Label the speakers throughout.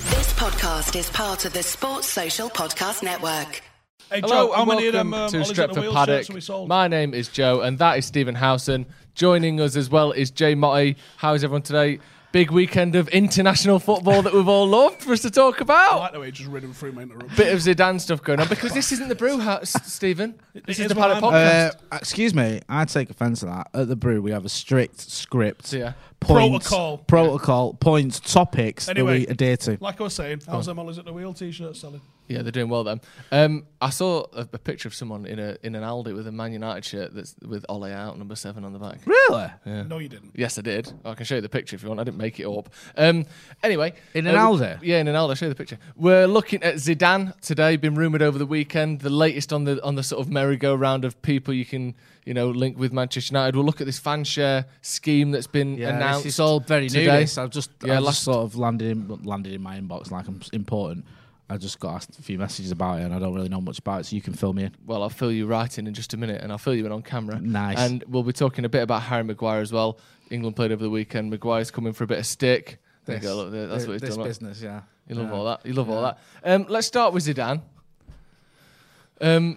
Speaker 1: podcast is part of the Sports Social Podcast Network.
Speaker 2: Hey,
Speaker 3: Hello
Speaker 2: Joe, how
Speaker 3: and
Speaker 2: many of
Speaker 3: welcome
Speaker 2: them um,
Speaker 3: to
Speaker 2: Ollie's at
Speaker 3: Strip
Speaker 2: the
Speaker 3: for
Speaker 2: Wheel
Speaker 3: Paddock.
Speaker 2: shirts we sold?
Speaker 3: My name is Joe, and that is Stephen Howson. Joining us as well is Jay Motti. How is everyone today? Big weekend of international football that we've all loved for us to talk
Speaker 2: I
Speaker 3: about.
Speaker 2: like the way you just ridden through my interruption.
Speaker 3: Bit of Zidane stuff going on because this isn't the brew house, Stephen.
Speaker 2: it
Speaker 3: This is the
Speaker 2: is what
Speaker 3: Paddock
Speaker 2: I'm-
Speaker 3: podcast.
Speaker 4: Uh, excuse me, I take offence to that. At the brew, we have a strict script,
Speaker 3: Yeah.
Speaker 4: points,
Speaker 2: Protocol.
Speaker 4: protocol, points, topics
Speaker 2: Anyway.
Speaker 4: that we adhere to.
Speaker 2: like I was saying, how's them Ollie's at the Wheel t-shirt selling?
Speaker 3: yeah, they're doing well then. Um, I saw a, a picture of someone in a in an Aldi with a Man United shirt that's with Ole out number seven on the back.
Speaker 4: Really?
Speaker 2: No, you didn't.
Speaker 3: Yes, I did. I can show you the picture if you want. I didn't make it up. Um, anyway,
Speaker 4: In an
Speaker 3: uh, we-
Speaker 4: Aldi?
Speaker 3: Yeah, in an Aldi. Show you the picture. We're looking at Zidane today. Been rumored over the weekend. The latest on the on the sort of merry-go-round of people you can you know link with Manchester United. We'll look at this fan share scheme that's been announced.
Speaker 4: It's all very new.
Speaker 3: today.
Speaker 4: This. I've just,
Speaker 3: Yeah,
Speaker 4: yeah, I've
Speaker 3: last-
Speaker 4: just sort of landed in, landed in my inbox like I'm s- important. I just got asked a few messages about it, and I don't really know much about it, so you can fill me in.
Speaker 3: Well, I'll fill you right in in just a minute, and I'll fill you in on camera.
Speaker 4: Nice.
Speaker 3: And we'll be talking a bit about Harry Maguire as well. England played over the weekend. Maguire's coming for a bit of stick. There you go. Look, there- that's what he's
Speaker 4: this
Speaker 3: done. look.
Speaker 4: business, yeah.
Speaker 3: You love all that. You love all that. Um, let's start with Zidane. Um,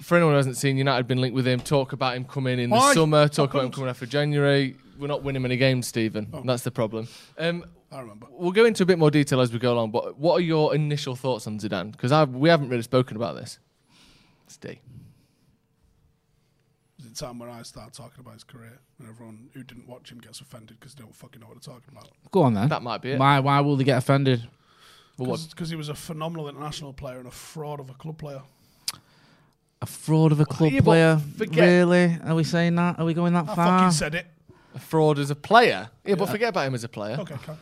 Speaker 3: for anyone who hasn't seen, United have been linked with him. Talk about him coming in the
Speaker 2: Why?
Speaker 3: summer. Talk about him
Speaker 2: couldn't-
Speaker 3: coming after January. We're not winning many games, Stephen.
Speaker 4: Oh.
Speaker 3: That's the problem. Um,
Speaker 2: I remember.
Speaker 3: we'll go into a bit more detail as we go along. But what are your initial thoughts on Zidane? Because we haven't really spoken about this. Steve.
Speaker 2: It was the time where I started talking about his career, and everyone who didn't watch him gets offended because they don't fucking know what they're talking about.
Speaker 4: Go on then.
Speaker 3: That might be it.
Speaker 4: Why? Why will they get offended?
Speaker 3: But what,
Speaker 2: Because he was a phenomenal international player and a fraud of a club player.
Speaker 4: A fraud of a club
Speaker 3: yeah, but
Speaker 4: player?
Speaker 3: forget-
Speaker 4: Really? Are we saying that? Are we going that
Speaker 2: I
Speaker 4: far?
Speaker 2: fucking said it.
Speaker 3: a fraud as a player? Yeah, but forget about him as a player.
Speaker 2: Okay, can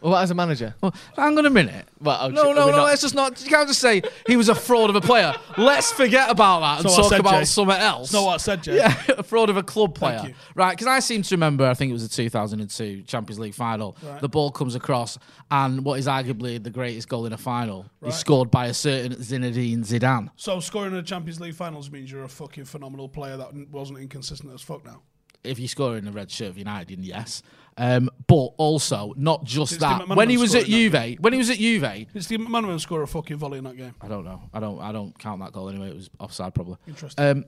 Speaker 3: Or as a manager?
Speaker 4: Well, hang on a minute.
Speaker 3: Well, I'll-
Speaker 4: no,
Speaker 3: are
Speaker 4: no,
Speaker 3: we
Speaker 4: no.
Speaker 3: not-
Speaker 4: Let's just not. You can't just say he was a fraud of a player. Let's forget about that and
Speaker 2: So I
Speaker 4: talk
Speaker 2: said,
Speaker 4: about
Speaker 2: Jay.
Speaker 4: something else.
Speaker 2: No, what I said, Jay.
Speaker 4: yeah, a fraud of a
Speaker 2: Thank
Speaker 4: club player,
Speaker 2: you.
Speaker 4: right? Because I seem to remember. I think it was the 2002 Champions League final. The ball comes across, and what is arguably the greatest goal in a final
Speaker 2: Right.
Speaker 4: is scored by a certain Zinedine Zidane.
Speaker 2: So scoring in the Champions League finals means you're a fucking phenomenal player that n- wasn't inconsistent as fuck now.
Speaker 4: If you score in the red shirt of United, then yes. Um, but also not just
Speaker 2: Did Steve
Speaker 4: that.
Speaker 2: McManaman
Speaker 4: When he was
Speaker 2: score
Speaker 4: at
Speaker 2: in
Speaker 4: Juve, when he was at Juve,
Speaker 2: Did Steve McManaman score a fucking volley in that game?
Speaker 4: I don't know. I don't. I don't count that goal anyway. It was offside, probably.
Speaker 2: Interesting.
Speaker 4: Um,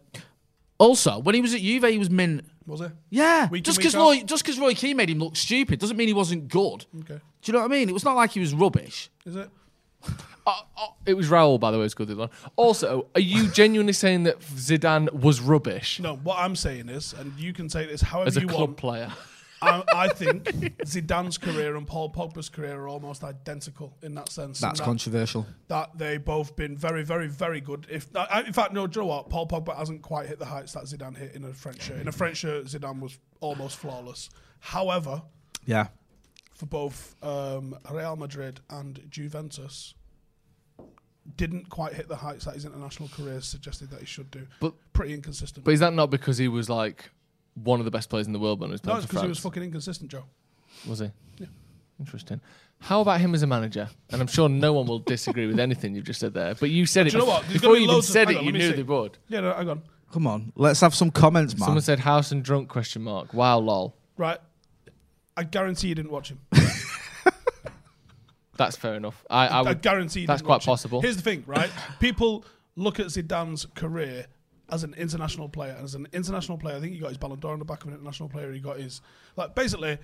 Speaker 4: also, when he was at Juve, he was min.
Speaker 2: Was it?
Speaker 4: Yeah,
Speaker 2: Week in,
Speaker 4: just
Speaker 2: week
Speaker 4: because
Speaker 2: out?
Speaker 4: Roy, just because Roy Keane made him look stupid doesn't mean he wasn't good.
Speaker 2: Okay.
Speaker 4: Do you know what I mean? It was not like he was rubbish.
Speaker 2: Is it?
Speaker 3: Uh, uh, it was Raul, by the way, was good. the other one. Also, are you genuinely saying that Zidane was rubbish
Speaker 2: No, what I'm saying is, and you can take this however
Speaker 3: as a
Speaker 2: you
Speaker 3: club
Speaker 2: want.
Speaker 3: player?
Speaker 2: I, I think Zidane's career and Paul Pogba's career are almost identical in that sense. in that,
Speaker 4: controversial.
Speaker 2: that they both been very, very, very good. If I, I- in fact, no, do you know what? Paul Pogba hasn't quite hit the heights that Zidane hit in a French shirt. In a French shirt, Zidane was almost flawless. However,
Speaker 4: Yeah,
Speaker 2: for both um, Real Madrid and Juventus, didn't quite hit the heights that his international career suggested that he should do.
Speaker 3: But-
Speaker 2: pretty inconsistent.
Speaker 3: But is that not because he was like one of the best players in the world when he was
Speaker 2: no,
Speaker 3: playing
Speaker 2: it's
Speaker 3: for
Speaker 2: because he was
Speaker 3: France?
Speaker 2: fucking inconsistent, Joe.
Speaker 3: was he? Interesting. How about him as a manager? And I'm sure no one will disagree with anything you've just said there. But you said it
Speaker 2: Do you know
Speaker 3: bef-
Speaker 2: what? There's gonna
Speaker 3: before
Speaker 2: be
Speaker 3: you even
Speaker 2: loads of-
Speaker 3: said
Speaker 2: hang
Speaker 3: it.
Speaker 2: on,
Speaker 3: You
Speaker 2: let me
Speaker 3: knew
Speaker 2: see.
Speaker 3: they would.
Speaker 2: Yeah, no, hang on.
Speaker 4: come on. Let's have some comments, man.
Speaker 3: Someone said house and drunk question mark. Wow, lol.
Speaker 2: Right. I guarantee you didn't watch him.
Speaker 3: That's fair enough. I, I
Speaker 2: I
Speaker 3: would.
Speaker 2: guarantee you
Speaker 3: That's
Speaker 2: didn't
Speaker 3: quite
Speaker 2: watch him.
Speaker 3: possible.
Speaker 2: Here's the thing, right? People look at Zidane's career as an international player, and as an international player, I think he got his Ballon d'Or on the back of an international player. He got his like basically,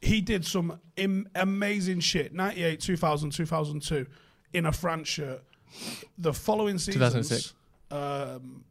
Speaker 2: he did some Im- amazing shit. 98, 2000, 2002 in a France shirt. The following seasons,
Speaker 3: 2006.
Speaker 2: Um,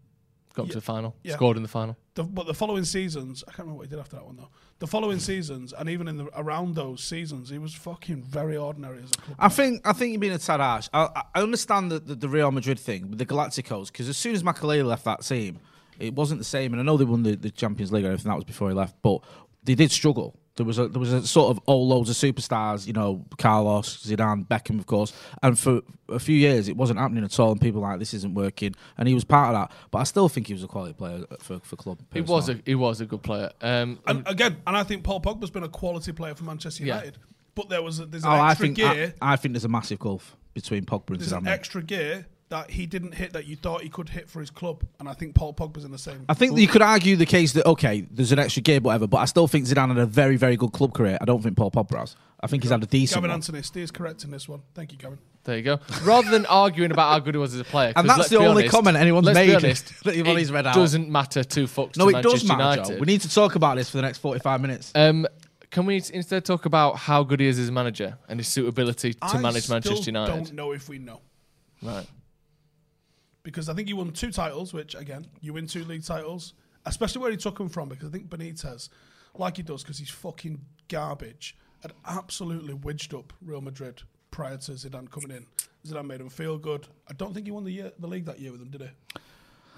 Speaker 3: Got to the final.
Speaker 2: yeah.
Speaker 3: Scored in the final.
Speaker 2: the, but the following seasons, I can't remember what he did after that one though. The following
Speaker 4: Hmm.
Speaker 2: seasons, and even in the around those seasons, he was fucking very ordinary as a club.
Speaker 4: I think I think you're being a tad harsh. I, I- I understand the, the, the Real Madrid thing with the Galacticos because as soon as Makaleli left that team, it wasn't the same. And I know they won the, the Champions League or anything that was before he left, but they did struggle. There was a, there was a sort of all loads of superstars, you know, Carlos, Zidane, Beckham, of course. And for a few years, it wasn't happening at all. And people were like this isn't working, and he was part of that. But I still think he was a quality player for for club.
Speaker 3: He
Speaker 4: personally.
Speaker 3: was a he was a good player. Um,
Speaker 2: And again, and I think Paul Pogba's been a quality player for Manchester
Speaker 3: Yeah.
Speaker 2: United. But there was a, there's an
Speaker 4: Oh, I
Speaker 2: extra
Speaker 4: think
Speaker 2: gear.
Speaker 4: I, I think there's a massive gulf between Pogba and
Speaker 2: there's an
Speaker 4: Zidane.
Speaker 2: extra gear that he didn't hit that you thought he could hit for his club, and I think Paul Pogba's in the same.
Speaker 4: I think that you could argue the case that okay, there's an extra game, whatever. But I still think Zidane had a very, very good club career. I don't think Paul Pogba has. I think he's had a decent.
Speaker 2: Gavin
Speaker 4: one.
Speaker 2: Anthony Steers correct in this one. Thank you, Gavin.
Speaker 3: There you go. Rather than arguing about how good he was as a player, 'cause
Speaker 4: And that's
Speaker 3: let's
Speaker 4: the
Speaker 3: be
Speaker 4: only
Speaker 3: honest-
Speaker 4: comment anyone's
Speaker 3: let's Be
Speaker 4: made
Speaker 3: honest,
Speaker 4: that you've always
Speaker 3: it
Speaker 4: read out.
Speaker 3: doesn't matter two fucks.
Speaker 4: No,
Speaker 3: to
Speaker 4: it does
Speaker 3: Manchester
Speaker 4: matter. Joe.
Speaker 3: United.
Speaker 4: We need to talk about this for the next 45 minutes.
Speaker 3: Um, can we instead talk about how good he is as a manager and his suitability to
Speaker 2: I
Speaker 3: manage
Speaker 2: still
Speaker 3: Manchester United?
Speaker 2: Don't know if we know
Speaker 3: Right.
Speaker 2: because I think he won two titles, which again you win two league titles, especially where he took them from. Because I think Benitez, like he does, because he's fucking garbage, had absolutely widged up Real Madrid prior to Zidane coming in. Zidane made him feel good. I don't think he won the year, the league that year with them, did he?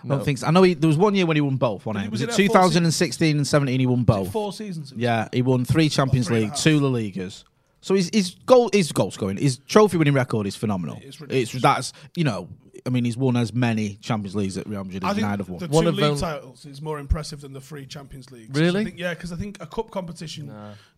Speaker 4: I don't think so. I know he, there was one year when he won both. One
Speaker 2: Did he-
Speaker 4: it?
Speaker 2: was
Speaker 4: was
Speaker 2: it
Speaker 4: it
Speaker 2: that four
Speaker 4: 2016 and 17? He won both.
Speaker 2: Four seasons. it was.
Speaker 4: Oh. Yeah, he won three Champions
Speaker 2: three and a
Speaker 4: League,
Speaker 2: half.
Speaker 4: two La Ligas. So his his goal his goal scoring his trophy winning record is phenomenal.
Speaker 2: It's
Speaker 4: It's,
Speaker 2: ridiculous.
Speaker 4: that's you know I mean he's won as many Champions Leagues that Real Madrid
Speaker 2: I
Speaker 4: as
Speaker 2: think
Speaker 4: United have won.
Speaker 2: the
Speaker 3: One
Speaker 2: two
Speaker 3: of
Speaker 2: league
Speaker 3: them-
Speaker 2: titles is more impressive than the three Champions Leagues.
Speaker 3: Really?
Speaker 2: I think- yeah, because I think a cup competition,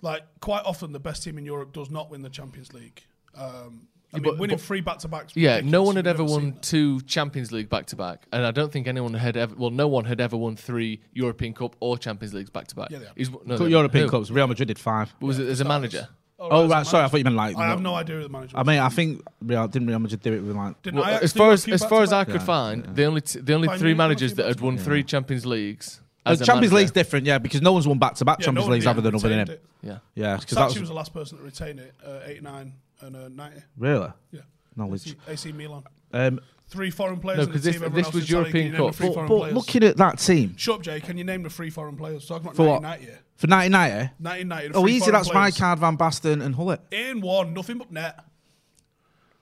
Speaker 2: like quite often, the best team in Europe does not win the Champions League. Um, I mean,
Speaker 4: but-
Speaker 2: winning
Speaker 4: but-
Speaker 2: three back to backs.
Speaker 3: Yeah, no one had ever won two Champions League back to back, and I don't think anyone had ever. Well, no one had ever won three European Cup or Champions Leagues back to back.
Speaker 2: Yeah, they have.
Speaker 3: He's w- no,
Speaker 4: Cup-
Speaker 3: they-
Speaker 4: European
Speaker 3: who?
Speaker 4: Cups, Real Madrid did five.
Speaker 3: Was it as a manager?
Speaker 4: Oh, right, sorry, I thought you meant like.
Speaker 2: I have no idea who the manager.
Speaker 4: I
Speaker 2: Was.
Speaker 4: mean, I think Real didn't Real Madrid do it with like.
Speaker 2: Didn't
Speaker 3: Well,
Speaker 2: Ajax
Speaker 3: as
Speaker 2: do
Speaker 3: far
Speaker 2: a
Speaker 3: as
Speaker 2: few
Speaker 3: as far as I
Speaker 2: back-to-back?
Speaker 3: could find, the only t- the only
Speaker 2: Bayern
Speaker 3: three
Speaker 2: Munich won a
Speaker 3: managers
Speaker 2: few
Speaker 3: that had won three Champions Leagues. As a
Speaker 4: Champions
Speaker 3: manager.
Speaker 4: League's different, yeah, because no one's won back to back
Speaker 2: Yeah,
Speaker 4: Champions
Speaker 2: no one
Speaker 4: Leagues other than other
Speaker 2: retained
Speaker 4: than him.
Speaker 2: it.
Speaker 3: Yeah.
Speaker 4: Yeah, because
Speaker 2: Sachi
Speaker 4: that was,
Speaker 2: was the last person to retain it, uh, 89 and uh, 90.
Speaker 4: really
Speaker 2: Yeah.
Speaker 4: knowledge.
Speaker 2: AC Milan.
Speaker 4: Um,
Speaker 2: Three foreign players
Speaker 3: No,
Speaker 2: in the
Speaker 3: 'cause this-
Speaker 2: team. everyone
Speaker 3: this
Speaker 2: else
Speaker 3: was
Speaker 2: in Italy, can you
Speaker 3: European
Speaker 2: name the
Speaker 3: Cup.
Speaker 2: three
Speaker 4: but
Speaker 2: foreign
Speaker 4: but
Speaker 2: players?
Speaker 4: looking at that team
Speaker 2: Shut up, Jay. Can you name the three foreign players? Talking about
Speaker 4: For what?
Speaker 2: 1990. yeah.
Speaker 4: for 1990,
Speaker 2: Ninety nine.
Speaker 4: oh easy, that's my
Speaker 2: players.
Speaker 4: card, Van Basten and Hullet.
Speaker 2: In one, nothing but net.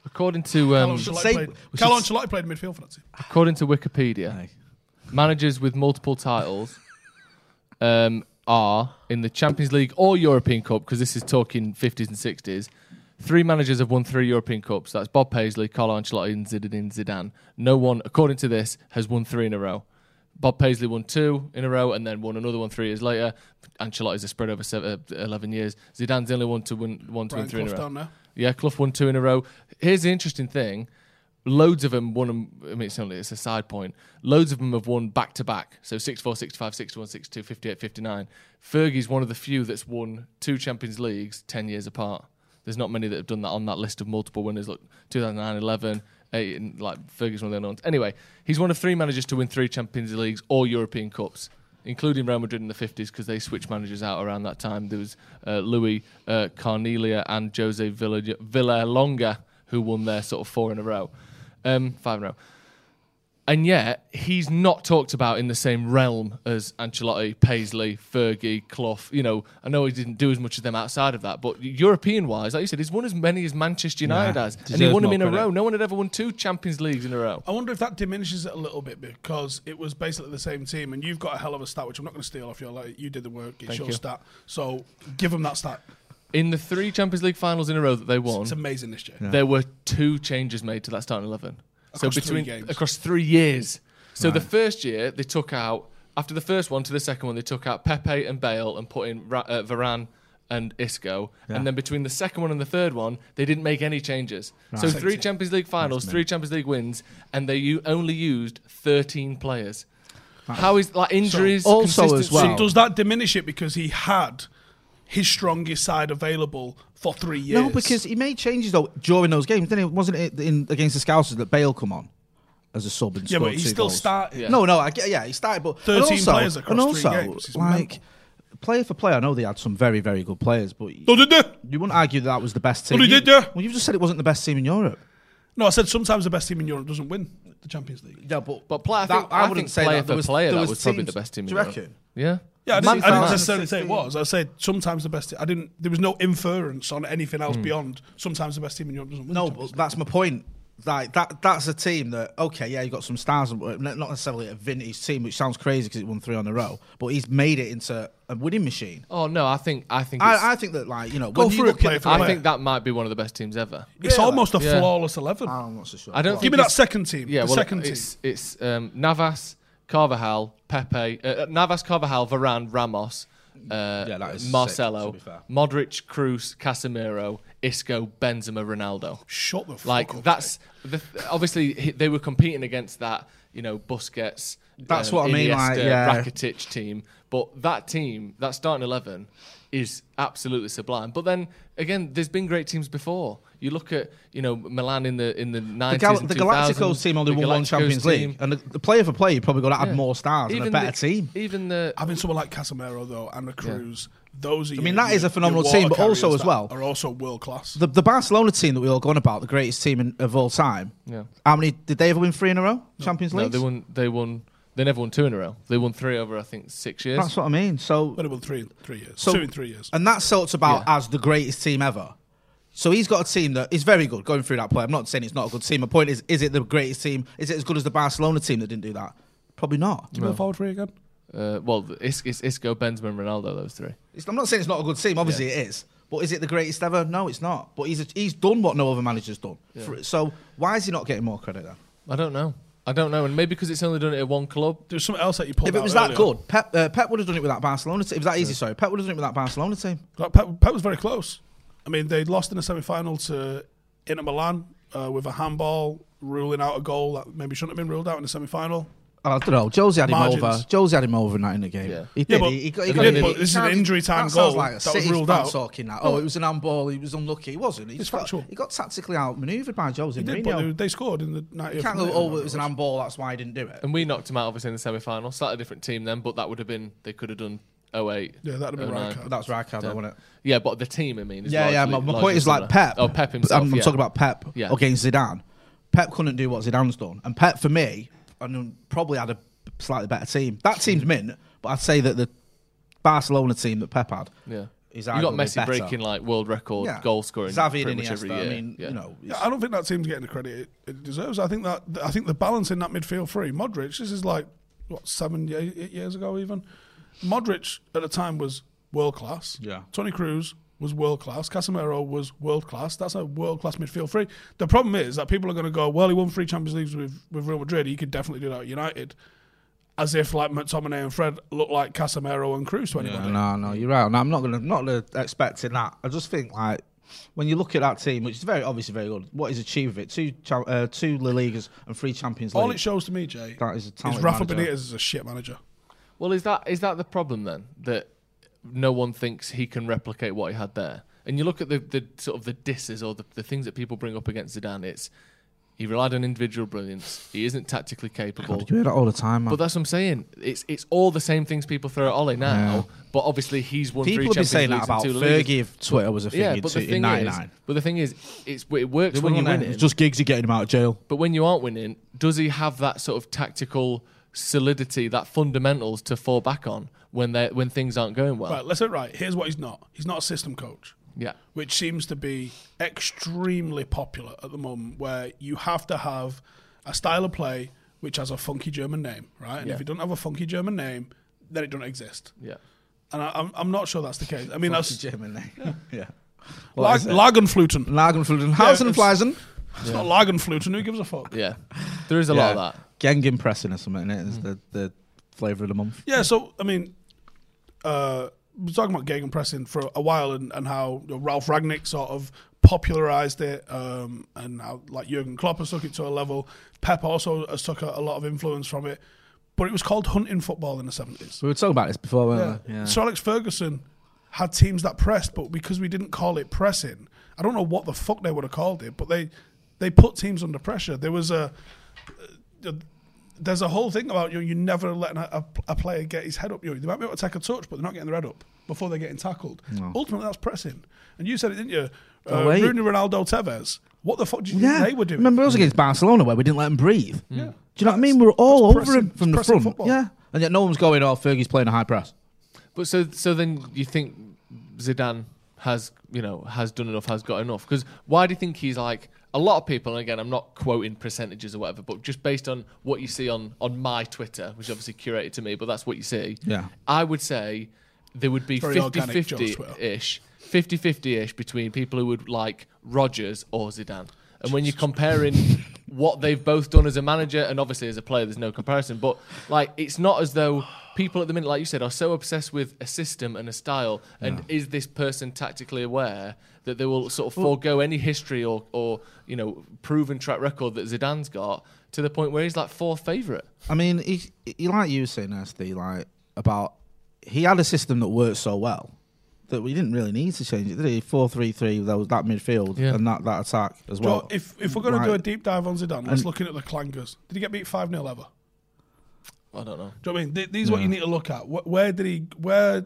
Speaker 3: According to
Speaker 2: Carlo
Speaker 3: um,
Speaker 2: Ancelotti
Speaker 4: say-
Speaker 2: played,
Speaker 4: we
Speaker 2: Carlo
Speaker 4: should-
Speaker 2: Ancelotti played midfield for that team.
Speaker 3: according to Wikipedia, managers with multiple titles um, are in the Champions League or European Cup because this is talking 50s and 60s. Three managers have won three European Cups. That's Bob Paisley, Carlo Ancelotti, and Zinedine Zidane. No one, according to this, has won three in a row. Bob Paisley won two in a row and then won another one three years later. Ancelotti's a spread over seven, uh, 11 years. Zidane's the only one to win one, two,
Speaker 2: Brian
Speaker 3: and three in a
Speaker 2: Clough
Speaker 3: row.
Speaker 2: down there.
Speaker 3: Yeah, Clough won two in a row. Here's the interesting thing: loads of them won. 'em- I mean, it's only it's a side point. Loads of them have won back to back. So 6-4, 6-5, 6-1, 6-2, 58, 59. Fergie's one of the few that's won two Champions Leagues ten years apart. There's not many that have done that on that list of multiple winners. Look, 2009, 11, 8, and like Fergie's one of the only ones. Anyway, he's one of three managers to win three Champions Leagues or European Cups including Real Madrid in the 50s because they switched managers out around that time. There was uh, Louis uh, Carnelia and Jose Villa Villalonga who won their sort of four in a row, um, five in a row. And yet, he's not talked about in the same realm as Ancelotti, Paisley, Fergie, Clough. You know, I know he didn't do as much of them outside of that, but European wise, like you said, he's won as many as Manchester United
Speaker 4: Yeah,
Speaker 3: has. And he
Speaker 4: deserves
Speaker 3: won them
Speaker 4: more
Speaker 3: in a
Speaker 4: credit.
Speaker 3: row. No one had ever won two Champions Leagues in a row.
Speaker 2: I wonder if that diminishes it a little bit because it was basically the same team, and you've got a hell of a stat, which I'm not going to steal off you. Like you did the work, it's
Speaker 3: Thank
Speaker 2: your
Speaker 3: you.
Speaker 2: stat. So give them that stat.
Speaker 3: In the three Champions League finals in a row that they won,
Speaker 2: It's amazing this year.
Speaker 3: there were two changes made to that starting eleven.
Speaker 2: Across
Speaker 3: so
Speaker 2: three
Speaker 3: between
Speaker 2: games.
Speaker 3: across three years. So the first year they took out after the first one to the second one they took out Pepe and Bale and put in Ra- uh, Varane and Isco. And then between the second one and the third one they didn't make any changes. So three Champions League finals, three Champions League wins, and they u- only used thirteen players. How is like injuries?
Speaker 4: Also as
Speaker 3: consistency-
Speaker 4: well-
Speaker 2: So does that diminish it because he had his strongest side available for three years?
Speaker 4: No, because he made changes though during those games. Then it wasn't it in against the Scousers that Bale come on as a sub and
Speaker 2: yeah,
Speaker 4: scored
Speaker 2: but he
Speaker 4: two
Speaker 2: still
Speaker 4: goals.
Speaker 2: started.
Speaker 3: Yeah.
Speaker 4: No, no, I get, yeah, he started, but
Speaker 2: 13
Speaker 4: and also,
Speaker 2: players across
Speaker 4: and
Speaker 2: three
Speaker 4: also
Speaker 2: games is
Speaker 4: like
Speaker 2: mental.
Speaker 4: player for player. I know they had some very very good players, but you,
Speaker 2: No, did they?
Speaker 4: wouldn't argue that, that was the best team.
Speaker 2: Well, he
Speaker 4: You-
Speaker 2: did, yeah.
Speaker 4: Well, you've just said it wasn't the best team in Europe.
Speaker 2: No, I said sometimes the best team in Europe doesn't win the Champions League.
Speaker 4: Yeah, but
Speaker 3: But play, I
Speaker 4: that-
Speaker 3: think, I
Speaker 4: wouldn't
Speaker 3: think
Speaker 4: say
Speaker 3: player
Speaker 4: that.
Speaker 3: for
Speaker 4: There was-
Speaker 3: player,
Speaker 4: there
Speaker 3: that
Speaker 4: was
Speaker 3: was probably
Speaker 4: teams-
Speaker 3: the best team.
Speaker 4: Do
Speaker 3: in
Speaker 4: you
Speaker 3: Europe.
Speaker 4: reckon?
Speaker 3: Yeah.
Speaker 2: Yeah, I didn't, I didn't
Speaker 4: Manchester
Speaker 2: necessarily say it
Speaker 4: 16.
Speaker 2: was. I said sometimes the best. I didn't. There was no inference on anything
Speaker 3: Hmm.
Speaker 2: else beyond sometimes the best team in Europe doesn't win. the
Speaker 4: No,
Speaker 2: Champions
Speaker 4: but that's my point. Like that, that's a team that okay, yeah, you got some stars, but not necessarily a vintage team, which sounds crazy because it won three on a row. But he's made it into a winning machine.
Speaker 3: Oh no, I think I think it's-
Speaker 4: I, I think that like you know
Speaker 2: Go
Speaker 4: when you
Speaker 2: through it,
Speaker 4: look
Speaker 2: player
Speaker 4: at
Speaker 2: for
Speaker 4: the
Speaker 2: player.
Speaker 3: I think that might be one of the best teams ever.
Speaker 2: It's
Speaker 4: Yeah,
Speaker 2: almost a
Speaker 3: yeah.
Speaker 2: flawless 11.
Speaker 4: I'm not so sure.
Speaker 3: I don't
Speaker 4: Go
Speaker 2: Give
Speaker 3: think
Speaker 2: me that
Speaker 3: it's-
Speaker 2: second team.
Speaker 3: Yeah,
Speaker 2: the
Speaker 3: well,
Speaker 2: second team.
Speaker 3: it's it's um, Navas, Carvajal, Pepe, uh, uh, Navas, Carvajal, Varane, Ramos, uh,
Speaker 4: Yeah, that is sick,
Speaker 3: Marcelo,
Speaker 4: to be fair.
Speaker 3: Modric, Cruz, Casemiro, Isco, Benzema, Ronaldo.
Speaker 2: Shut the fuck
Speaker 3: Like
Speaker 2: up.
Speaker 3: that's the, obviously he- they were competing against that, you know, Busquets. um,
Speaker 4: That's what I mean, like,
Speaker 3: Iniesta,
Speaker 4: yeah.
Speaker 3: Rakitic team, but that team, that starting eleven, is absolutely sublime. But then again, there's been great teams before. You look at you know Milan in the in the
Speaker 4: The,
Speaker 3: nineties.
Speaker 4: Gal- the Galacticos team only won one Champions League, and the, the player for player, you probably got to add
Speaker 3: Yeah.
Speaker 4: more stars and a better
Speaker 3: the,
Speaker 4: team. Oh,
Speaker 3: Even the
Speaker 2: Having someone like Casemiro though and a Cruz, those are. I
Speaker 4: mean, that is a phenomenal team, but also as well-
Speaker 2: are also world class.
Speaker 4: The, the Barcelona team that we all go on about, the greatest team in, of all time.
Speaker 3: Yeah.
Speaker 4: How many did they ever win three in a row? Champions
Speaker 3: no,
Speaker 4: League.
Speaker 3: they won. They won. They never won two in a row. They won three over I think six years.
Speaker 4: That's what I mean. So,
Speaker 2: But it won three in three years.
Speaker 4: so
Speaker 2: Two in three years.
Speaker 4: and that's talked about
Speaker 3: Yeah.
Speaker 4: as the greatest team ever. So he's got a team that is very good going through that play. I'm not saying it's not a good team. My point is, is it the greatest team? Is it as good as the Barcelona team that didn't do that? Probably not.
Speaker 2: Give me the forward three again.
Speaker 3: Uh, well, the Is- Is- Isco, Benzema, and Ronaldo. Those three.
Speaker 4: It's, I'm not saying it's not a good team. Obviously, it is. But is it the greatest ever? No, it's not. But he's a, he's done what no other manager's done. For- so why is he not getting more credit then?
Speaker 3: I don't know. I don't know, and maybe because it's only done it at one club.
Speaker 2: There's something else that you pulled.
Speaker 4: If it
Speaker 2: out
Speaker 4: was
Speaker 2: earlier.
Speaker 4: that good, Pep, uh, Pep would have done it with that Barcelona team. If that easy, sorry, Pep would have done it with that Barcelona team.
Speaker 2: Like, Pep, Pep was very close. I mean, they lost in the semi-final to Inter Milan uh, with a handball ruling out a goal that maybe shouldn't have been ruled out in the semi-final.
Speaker 4: Oh, I don't know. Josie had him
Speaker 2: Margins.
Speaker 4: over. Josie had him over in that in the game.
Speaker 3: Yeah.
Speaker 4: He
Speaker 2: Yeah,
Speaker 4: did.
Speaker 2: but-
Speaker 4: he, he got,
Speaker 2: he
Speaker 4: got
Speaker 2: did,
Speaker 4: it.
Speaker 2: but this is an
Speaker 4: sounds-
Speaker 2: injury time
Speaker 4: that sounds
Speaker 2: goal
Speaker 4: like a
Speaker 2: that was
Speaker 4: City
Speaker 2: ruled
Speaker 4: fan
Speaker 2: out.
Speaker 4: Talking that. Oh, it was an handball. He was unlucky. He wasn't. He
Speaker 2: It's
Speaker 4: got,
Speaker 2: factual.
Speaker 4: He got tactically outmanoeuvred by Josie
Speaker 2: They did,
Speaker 4: Mourinho.
Speaker 2: but they, they scored in the 90th.
Speaker 4: You can't go.
Speaker 2: minute,
Speaker 4: Oh,
Speaker 2: whatever
Speaker 4: it was an handball. That's why he didn't do it.
Speaker 3: And we knocked him out, obviously, in the semi-final. Slightly different team then, but that would have been they could have done 08.
Speaker 2: Yeah, that'd have been
Speaker 3: Oh,
Speaker 2: right.
Speaker 3: no.
Speaker 2: card.
Speaker 4: But that was Rijkaard, though, wasn't it?
Speaker 3: Yeah, but the team, I mean, is
Speaker 4: Yeah, yeah. My,
Speaker 3: largely-
Speaker 4: my point
Speaker 3: largely
Speaker 4: is like
Speaker 3: similar.
Speaker 4: Pep.
Speaker 3: Oh, Pep himself.
Speaker 4: I'm, I'm
Speaker 3: yeah.
Speaker 4: talking about Pep
Speaker 3: Yeah.
Speaker 4: against Zidane. Pep couldn't do what Zidane's done, and Pep for me, and probably had a slightly better team. That team's mint, but I'd say that the Barcelona team that Pep had,
Speaker 3: Yeah,
Speaker 4: is
Speaker 3: you got
Speaker 4: arguably
Speaker 3: Messi
Speaker 4: better.
Speaker 3: breaking like world record
Speaker 4: Yeah.
Speaker 3: goal scoring.
Speaker 4: Xavi and
Speaker 3: pretty much
Speaker 4: Iniesta.
Speaker 3: every year.
Speaker 4: I mean,
Speaker 3: yeah.
Speaker 4: you know, it's-
Speaker 2: Yeah, I don't think that team's getting the credit it, it deserves. I think that I think the balance in that midfield three, Modric. This is like what seven, ye- eight years ago even. Modric at the time was world class.
Speaker 4: Yeah.
Speaker 2: Tony Cruz was world class. Casemiro was world class. That's a world class midfield three. The problem is that people are going to go, well, he won three Champions Leagues with, with Real Madrid. He could definitely do that at United. As if like McTominay and Fred look like Casemiro and Cruz to anybody.
Speaker 4: No, no, you're right. And I'm not gonna not gonna expecting that. I just think like when you look at that team, which is very obviously very good, what is achieved with it? Two cha- uh, two La Ligas and three Champions League.
Speaker 2: All it shows to me, Jay,
Speaker 4: That is a
Speaker 2: is
Speaker 4: talented
Speaker 2: Rafa
Speaker 4: manager.
Speaker 2: Benitez is a shit manager.
Speaker 3: Well, is that is that the problem then that no one thinks he can replicate what he had there? And you look at the, the sort of the disses or the, the things that people bring up against Zidane. It's he relied on individual brilliance. He isn't tactically capable.
Speaker 4: You hear that all the time, man.
Speaker 3: But that's what I'm saying. It's it's all the same things people throw at Ollie now. But obviously he's won
Speaker 4: People
Speaker 3: three
Speaker 4: have been
Speaker 3: Champions
Speaker 4: saying that
Speaker 3: Leagues
Speaker 4: about
Speaker 3: and two La Ligas.
Speaker 4: Fergie. If Twitter was a thing
Speaker 3: Yeah,
Speaker 4: in,
Speaker 3: but
Speaker 4: two,
Speaker 3: the
Speaker 4: in
Speaker 3: thing is,
Speaker 4: '99.
Speaker 3: but the thing is, it's it works when you win it.
Speaker 4: It's just gigs are getting him out of jail.
Speaker 3: But when you aren't winning, does he have that sort of tactical solidity, that fundamentals to fall back on when they when things aren't going well?
Speaker 2: Right, let's get it right. Here's what he's not. He's not a system coach.
Speaker 3: Yeah.
Speaker 2: which seems to be extremely popular at the moment, where you have to have a style of play which has a funky German name, right? And
Speaker 3: Yeah.
Speaker 2: if you don't have a funky German name, then it do not exist.
Speaker 3: Yeah.
Speaker 2: And I, I'm, I'm not sure that's the case. I mean,
Speaker 4: That's
Speaker 2: that's
Speaker 4: German name. Yeah.
Speaker 2: Lag, Lagenfluten.
Speaker 4: Lagenfluten,
Speaker 2: Yeah,
Speaker 4: Hausen,
Speaker 2: it's-
Speaker 4: Fleisen,
Speaker 2: It's not Lagenfluten. Who gives a fuck?
Speaker 3: Yeah. There is a lot of that.
Speaker 4: Gengen pressing or something. It is the the flavor of the month.
Speaker 2: Yeah, so I mean, uh, we were talking about Gagan pressing for a while and, and how you know, Ralph Ragnick sort of popularized it, um, and how like Jurgen Klopp has took it to a level. Pep also has took a, a lot of influence from it, but it was called hunting football in the seventies.
Speaker 4: We were talking about this before,
Speaker 2: Yeah.
Speaker 4: weren't we?
Speaker 2: Sir Alex Ferguson had teams that pressed, but because we didn't call it pressing, I don't know what the fuck they would have called it, but they they put teams under pressure. There was a uh, there's a whole thing about you you never letting a, a, a player get his head up. You know, they might be able to take a touch, but they're not getting their head up before they're getting tackled. Ultimately, that's pressing. And you said it, didn't you? Uh,
Speaker 4: Oh, wait.
Speaker 2: Rooney, Ronaldo, Tevez. What the fuck do you
Speaker 4: Yeah,
Speaker 2: think they were doing?
Speaker 4: Remember, it was against Barcelona where we didn't let him breathe.
Speaker 2: Yeah.
Speaker 4: Do you know what I mean? We were all
Speaker 2: It's
Speaker 4: over
Speaker 2: pressing-
Speaker 4: him from the
Speaker 2: it's pressing
Speaker 4: front.
Speaker 2: football.
Speaker 4: Yeah, and yet no one's going. Oh, Fergie's playing a high press.
Speaker 3: But so so then you think Zidane has you know has done enough, has got enough? Because why do you think he's like a lot of people? And again, I'm not quoting percentages or whatever, but just based on what you see on on my Twitter, which is obviously curated to me, but that's what you see.
Speaker 4: Yeah.
Speaker 3: I would say there would be
Speaker 2: Very
Speaker 3: 50
Speaker 2: organic, Joe's
Speaker 3: 50 ish, 50 50 ish between people who would like Rogers or Zidane. And when you're comparing what they've both done as a manager and obviously as a player, there's no comparison. But like, it's not as though people at the minute, like you said, are so obsessed with a system and a style. And is this person tactically aware that they will sort of forego any history or, or you know proven track record that Zidane's got to the point where he's like fourth favourite?
Speaker 4: I mean, he, he like you were saying, SD, like about he had a system that worked so well that we didn't really need to change it, did he? Four three three, that was that midfield
Speaker 3: Yeah.
Speaker 4: and that, that attack as well.
Speaker 2: Joe, if if we're gonna
Speaker 4: Right.
Speaker 2: do a deep dive on Zidane, let's look in at the clangers. Did he get beat five 0 ever?
Speaker 3: I don't know.
Speaker 2: Do you know what I mean? Th- these are what you need to look at. Wh- where did he? Where?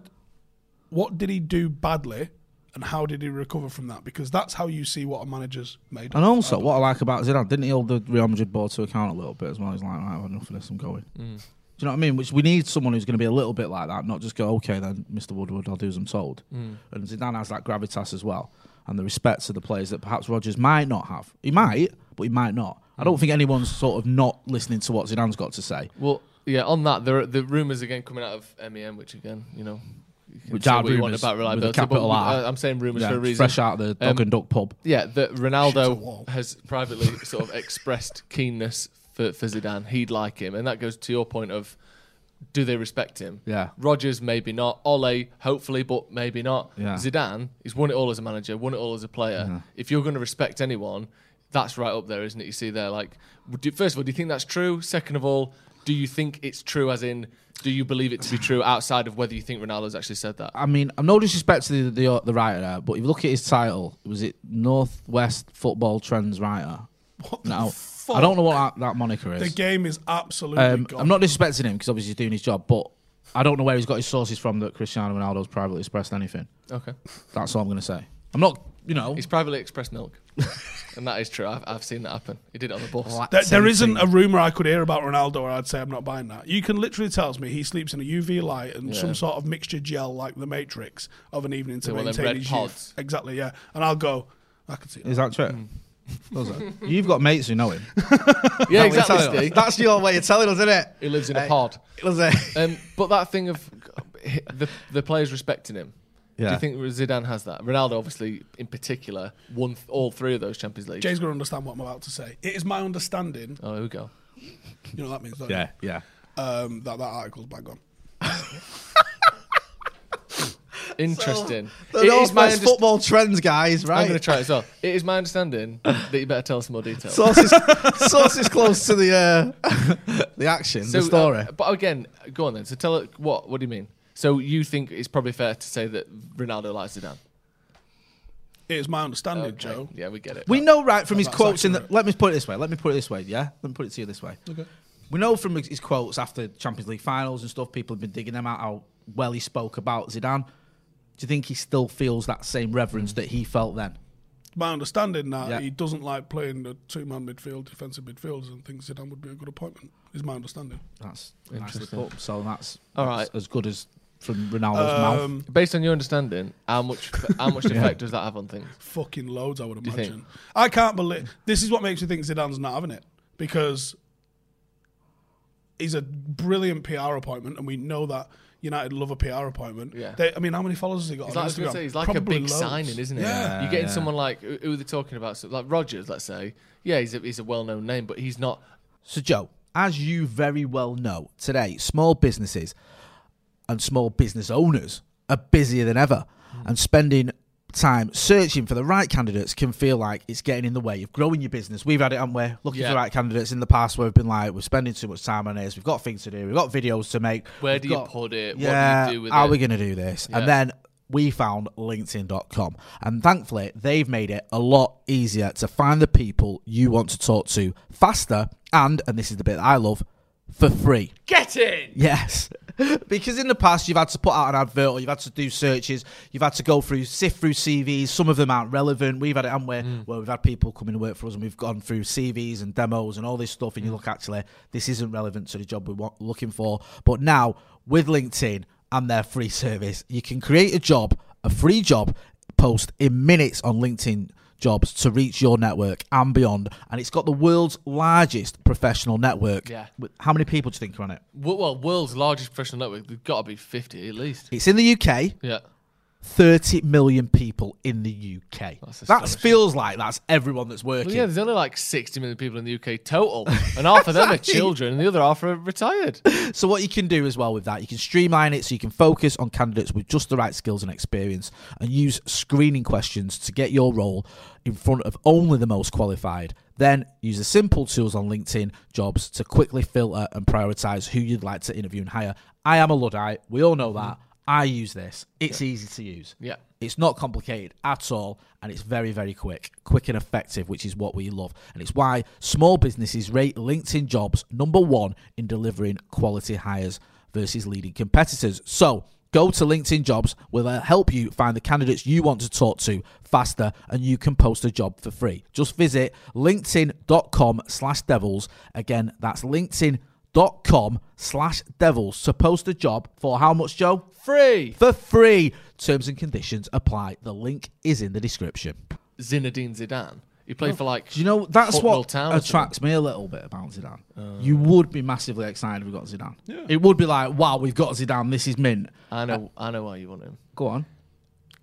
Speaker 2: What did he do badly, and how did he recover from that? Because that's how you see what a manager's made.
Speaker 4: and also, what I like about Zidane, didn't he hold the Real Madrid board to account a little bit as well? He's like, right, I've had enough of this, I'm going.
Speaker 3: Mm.
Speaker 4: Do you know what I mean? Which we need someone who's going to be a little bit like that, not just go, okay, then Mr. Woodward, I'll do as I'm told.
Speaker 3: Mm.
Speaker 4: And Zidane has that gravitas as well, and the respect to the players that perhaps Rogers might not have. He might, but he might not. I
Speaker 3: Mm.
Speaker 4: don't think anyone's sort of not listening to what Zidane's got to say.
Speaker 3: Well, yeah, on that, there are the rumours again coming out of MEM, which again, you know, you can
Speaker 4: Which
Speaker 3: say
Speaker 4: are
Speaker 3: what you want
Speaker 4: rumours
Speaker 3: about
Speaker 4: with a
Speaker 3: reliability.
Speaker 4: capital
Speaker 3: but
Speaker 4: R.
Speaker 3: uh, I'm saying rumours
Speaker 4: Yeah,
Speaker 3: for a reason.
Speaker 4: fresh out the dog
Speaker 3: Um,
Speaker 4: and duck pub.
Speaker 3: Yeah, that
Speaker 2: Shit a wall.
Speaker 3: Ronaldo has privately sort of expressed keenness for, for Zidane. He'd like him, and that goes to your point of do they respect him?
Speaker 4: Yeah.
Speaker 3: Rogers maybe not. Ole hopefully, but maybe not.
Speaker 4: Yeah.
Speaker 3: Zidane, he's won it all as a manager, won it all as a player. If you're going to respect anyone, that's right up there, isn't it? You see there, like would you- first of all, do you think that's true? Second of all, do you think it's true? As in, do you believe it to be true outside of whether you think Ronaldo's actually said that?
Speaker 4: I mean, I'm no disrespect to the, the the writer there, but if you look at his title, was it Northwest Football Trends writer?
Speaker 2: What the
Speaker 4: No,
Speaker 2: fuck?
Speaker 4: I don't know what that, that moniker
Speaker 2: The
Speaker 4: is.
Speaker 2: game is absolutely
Speaker 4: Um,
Speaker 2: gone.
Speaker 4: I'm not disrespecting him because obviously he's doing his job, but I don't know where he's got his sources from that Cristiano Ronaldo's privately expressed anything.
Speaker 3: Okay.
Speaker 4: That's all I'm going to say. I'm not, you know,
Speaker 3: He's privately expressed milk, and that is true. I've, I've seen that happen. He did it on the bus.
Speaker 2: There, there
Speaker 4: Sensei.
Speaker 2: isn't a rumor I could hear about Ronaldo or I'd say I'm not buying that. You can literally tell me he sleeps in a UV light and
Speaker 3: Yeah.
Speaker 2: some sort of mixture gel like the Matrix of an evening to
Speaker 3: Yeah, one of them
Speaker 2: maintain
Speaker 3: red
Speaker 2: his
Speaker 3: pods.
Speaker 2: youth. Exactly, yeah. And I'll go. I can see. That.
Speaker 4: Is that true? Does it? You've got mates who know him.
Speaker 3: yeah,
Speaker 4: That's what
Speaker 3: exactly.
Speaker 4: you're telling us.
Speaker 3: Steve.
Speaker 4: That's your way of telling us, isn't it?
Speaker 3: He lives in a pod.
Speaker 4: Was it?
Speaker 3: Um, but that thing of the the players respecting him.
Speaker 4: Yeah.
Speaker 3: Do you think Zidane has that? Ronaldo, obviously, in particular, won th- all three of those Champions Leagues.
Speaker 2: Jay's gonna understand what I'm about to say. It is my understanding.
Speaker 3: oh, here we go.
Speaker 2: You know what that means, don't you?
Speaker 4: Yeah, yeah.
Speaker 2: Um, that that article's bang on.
Speaker 3: Interesting.
Speaker 4: The
Speaker 3: It is my
Speaker 4: Northwest
Speaker 3: underst-
Speaker 4: Football Trends guys, right?
Speaker 3: I'm going to try it as well. It is my understanding that you better tell us more details.
Speaker 4: sources sources close to the uh, the action,
Speaker 3: So,
Speaker 4: the story.
Speaker 3: uh, but again, go on then. So tell it what? What do you mean? So you think it's probably fair to say that Ronaldo likes Zidane?
Speaker 2: It is my understanding,
Speaker 3: Okay.
Speaker 2: Joe.
Speaker 3: Yeah, we get it.
Speaker 4: we know right from his
Speaker 2: that's
Speaker 4: quotes in the,
Speaker 2: accurate.
Speaker 4: let me put it this way, let me put it this way, yeah? Let me put it to you this way.
Speaker 2: Okay.
Speaker 4: We know from his quotes after Champions League finals and stuff, people have been digging them out how well he spoke about Zidane. Do you think he still feels that same reverence that he felt then?
Speaker 2: my understanding that
Speaker 4: Yeah.
Speaker 2: he doesn't like playing the two man midfield, defensive midfielders, and thinks Zidane would be a good appointment. Is my understanding.
Speaker 4: That's nicely
Speaker 3: Interesting.
Speaker 4: put. So that's,
Speaker 3: All
Speaker 4: that's
Speaker 3: right. Um,
Speaker 4: as good as from Ronaldo's mouth.
Speaker 3: Based on your understanding, how much how much effect does that have on things?
Speaker 2: Fucking loads, I would
Speaker 3: you think?
Speaker 2: imagine. I can't believe this is what makes me think Zidane's not having it because he's a brilliant PR appointment, and we know that United love a PR appointment.
Speaker 3: Yeah.
Speaker 2: They, I mean, how many followers has he got?
Speaker 3: It's
Speaker 2: on
Speaker 3: like, I was gonna
Speaker 2: Instagram?
Speaker 3: say, he's like a
Speaker 2: Probably
Speaker 3: big
Speaker 2: loads.
Speaker 3: signing, isn't it?
Speaker 2: Yeah.
Speaker 3: You're getting
Speaker 4: yeah.
Speaker 3: someone like who, who are they talking about? So, like Rogers, let's say. Yeah, he's a, he's a well-known name, but he's not.
Speaker 4: So, Joe, as you very well know, today small businesses and small business owners are busier than ever, and spending time searching for the right candidates can feel like it's getting in the way of growing your business. We've had it, haven't we? Looking
Speaker 3: Yeah.
Speaker 4: for the right candidates in the past where we've been like, we're spending too much time on this, we've got things to do, we've got videos to make.
Speaker 3: Where
Speaker 4: we've
Speaker 3: do you
Speaker 4: got-
Speaker 3: put it? What do you
Speaker 4: Yeah,
Speaker 3: do with
Speaker 4: How are
Speaker 3: it?
Speaker 4: we going to do this?
Speaker 3: Yeah.
Speaker 4: And then we found LinkedIn.com. And thankfully, they've made it a lot easier to find the people you want to talk to faster and, and this is the bit that I love, for free.
Speaker 3: Get in.
Speaker 4: Yes. because in the past, you've had to put out an advert or you've had to do searches. You've had to go through, sift through CVs. Some of them aren't relevant. We've had it, and where, where we've had people come in and work for us and we've gone through CVs and demos and all this stuff. And you look, actually, this isn't relevant to the job we're wa- looking for. But now with LinkedIn and their free service, you can create a job, a free job post in minutes on LinkedIn jobs to reach your network and beyond. And it's got the world's largest professional network.
Speaker 3: Yeah.
Speaker 4: With- How many people do you think are on it?
Speaker 3: Well, world's largest professional network. There's got to be 50 at least.
Speaker 4: It's in the UK.
Speaker 3: Yeah.
Speaker 5: 30 million people in the UK.
Speaker 3: That's
Speaker 4: That
Speaker 3: astonishing.
Speaker 4: feels like that's everyone that's working.
Speaker 3: Well, yeah, there's only like 60 million people in the UK total, and half of them are children, and the other half are retired.
Speaker 5: So
Speaker 4: What you can do as well with that, you can streamline it so you can focus on candidates with just the right skills and experience and use screening questions to get your role in front of only the most qualified. Then use the simple tools on LinkedIn jobs to quickly filter and prioritize who you'd like to interview and hire. I am a Luddite. We all know that. I use this. It's easy to use.
Speaker 3: Mm-hmm. Yeah.
Speaker 4: It's not complicated at all, and it's very, very quick, quick and effective, which is what we love. And it's why small businesses rate LinkedIn jobs number one in delivering quality hires versus leading competitors. So go to LinkedIn jobs, where they'll help you find the candidates you want to talk to faster, and you can post a job for free. Just visit linkedin.com slash devils. Again, that's linkedin.com slash devils to post a job for how much, Joe?
Speaker 3: Free!
Speaker 4: for free. Terms and conditions apply. The link is in the description.
Speaker 3: Zinedine Zidane. He played for like.
Speaker 4: Do you know that's
Speaker 3: Hucknall
Speaker 4: what
Speaker 3: Town Uh. or
Speaker 4: attracts me a little bit about Zidane? you would be massively excited if we got Zidane.
Speaker 2: Yeah.
Speaker 4: It would be like, wow, we've got Zidane. This is mint.
Speaker 3: I know, I know why you want him.
Speaker 4: Go on.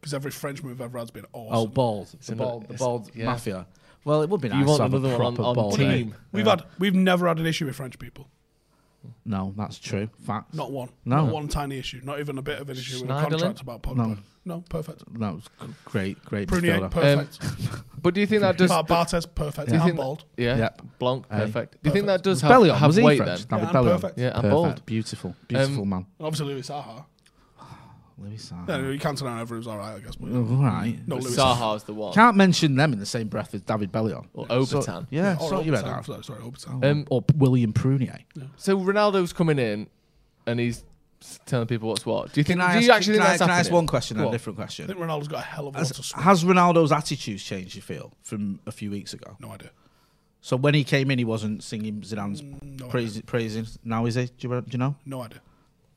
Speaker 2: Because every French move I've rad's been
Speaker 4: Oh,
Speaker 2: awesome.
Speaker 4: bald, the
Speaker 3: another-
Speaker 4: bald, the
Speaker 3: it's-
Speaker 4: bald
Speaker 3: yeah.
Speaker 4: mafia. Well, it would be nice.
Speaker 3: You want
Speaker 4: to have
Speaker 3: another
Speaker 4: a
Speaker 3: one on,
Speaker 4: proper
Speaker 3: on
Speaker 4: bald
Speaker 3: team.
Speaker 4: eh?
Speaker 2: We've had we've never had an issue with French people.
Speaker 4: No, that's true. Fact.
Speaker 2: Not one.
Speaker 4: No.
Speaker 2: Not one tiny issue. Not even a bit of an issue with a
Speaker 3: Schneiderlin?
Speaker 2: contract about Pogba. No,
Speaker 4: No.
Speaker 2: perfect.
Speaker 4: No, it's g- great, great.
Speaker 2: Prunier,
Speaker 4: midfielder.
Speaker 2: perfect.
Speaker 3: Um, But do you think that does.
Speaker 2: Bar- Bartes, perfect.
Speaker 3: do you
Speaker 2: And
Speaker 3: think
Speaker 2: bald.
Speaker 3: Yeah.
Speaker 4: Yep.
Speaker 3: Blanc,
Speaker 4: Hey.
Speaker 3: perfect. Do you think that does have,
Speaker 4: Bellion,
Speaker 3: have
Speaker 4: was he
Speaker 3: weight then?
Speaker 4: French? No,
Speaker 2: Yeah,
Speaker 4: with
Speaker 2: and
Speaker 4: Bellion.
Speaker 2: perfect.
Speaker 3: Yeah, and
Speaker 4: Perfect.
Speaker 3: bald.
Speaker 4: Beautiful, beautiful man.
Speaker 2: And obviously Louis Saha.
Speaker 4: Louis Saha.
Speaker 2: No, no, you can't turn over. It was all right, I guess. But
Speaker 4: Oh, All right.
Speaker 2: no, Louis Saha.
Speaker 3: Saha's the one.
Speaker 4: Can't mention them in the same breath as David Bellion.
Speaker 3: Or
Speaker 4: So-
Speaker 3: Obertan.
Speaker 4: yeah,
Speaker 2: Or
Speaker 4: sort your head
Speaker 2: Obertan.
Speaker 4: out.
Speaker 2: Sorry, sorry, Obertan.
Speaker 3: Um,
Speaker 4: or William Prunier.
Speaker 3: So Ronaldo's coming in, and he's telling people what's what. Do you think?
Speaker 4: Can I
Speaker 3: do
Speaker 4: ask,
Speaker 3: you actually
Speaker 4: can
Speaker 3: think
Speaker 4: I,
Speaker 3: that's
Speaker 4: can I ask
Speaker 3: happening?
Speaker 4: one question, then,
Speaker 3: Go
Speaker 4: a
Speaker 3: on.
Speaker 4: different
Speaker 2: I
Speaker 4: question?
Speaker 2: think Ronaldo's got a hell of a lot to
Speaker 4: Has,
Speaker 2: score.
Speaker 4: has Ronaldo's attitudes changed, you feel, from a few weeks ago?
Speaker 2: No idea.
Speaker 4: So when he came in, he wasn't singing Zidane's
Speaker 2: Mm, No
Speaker 4: praise, praising. Now is he? Do you, re- do you know?
Speaker 2: No idea.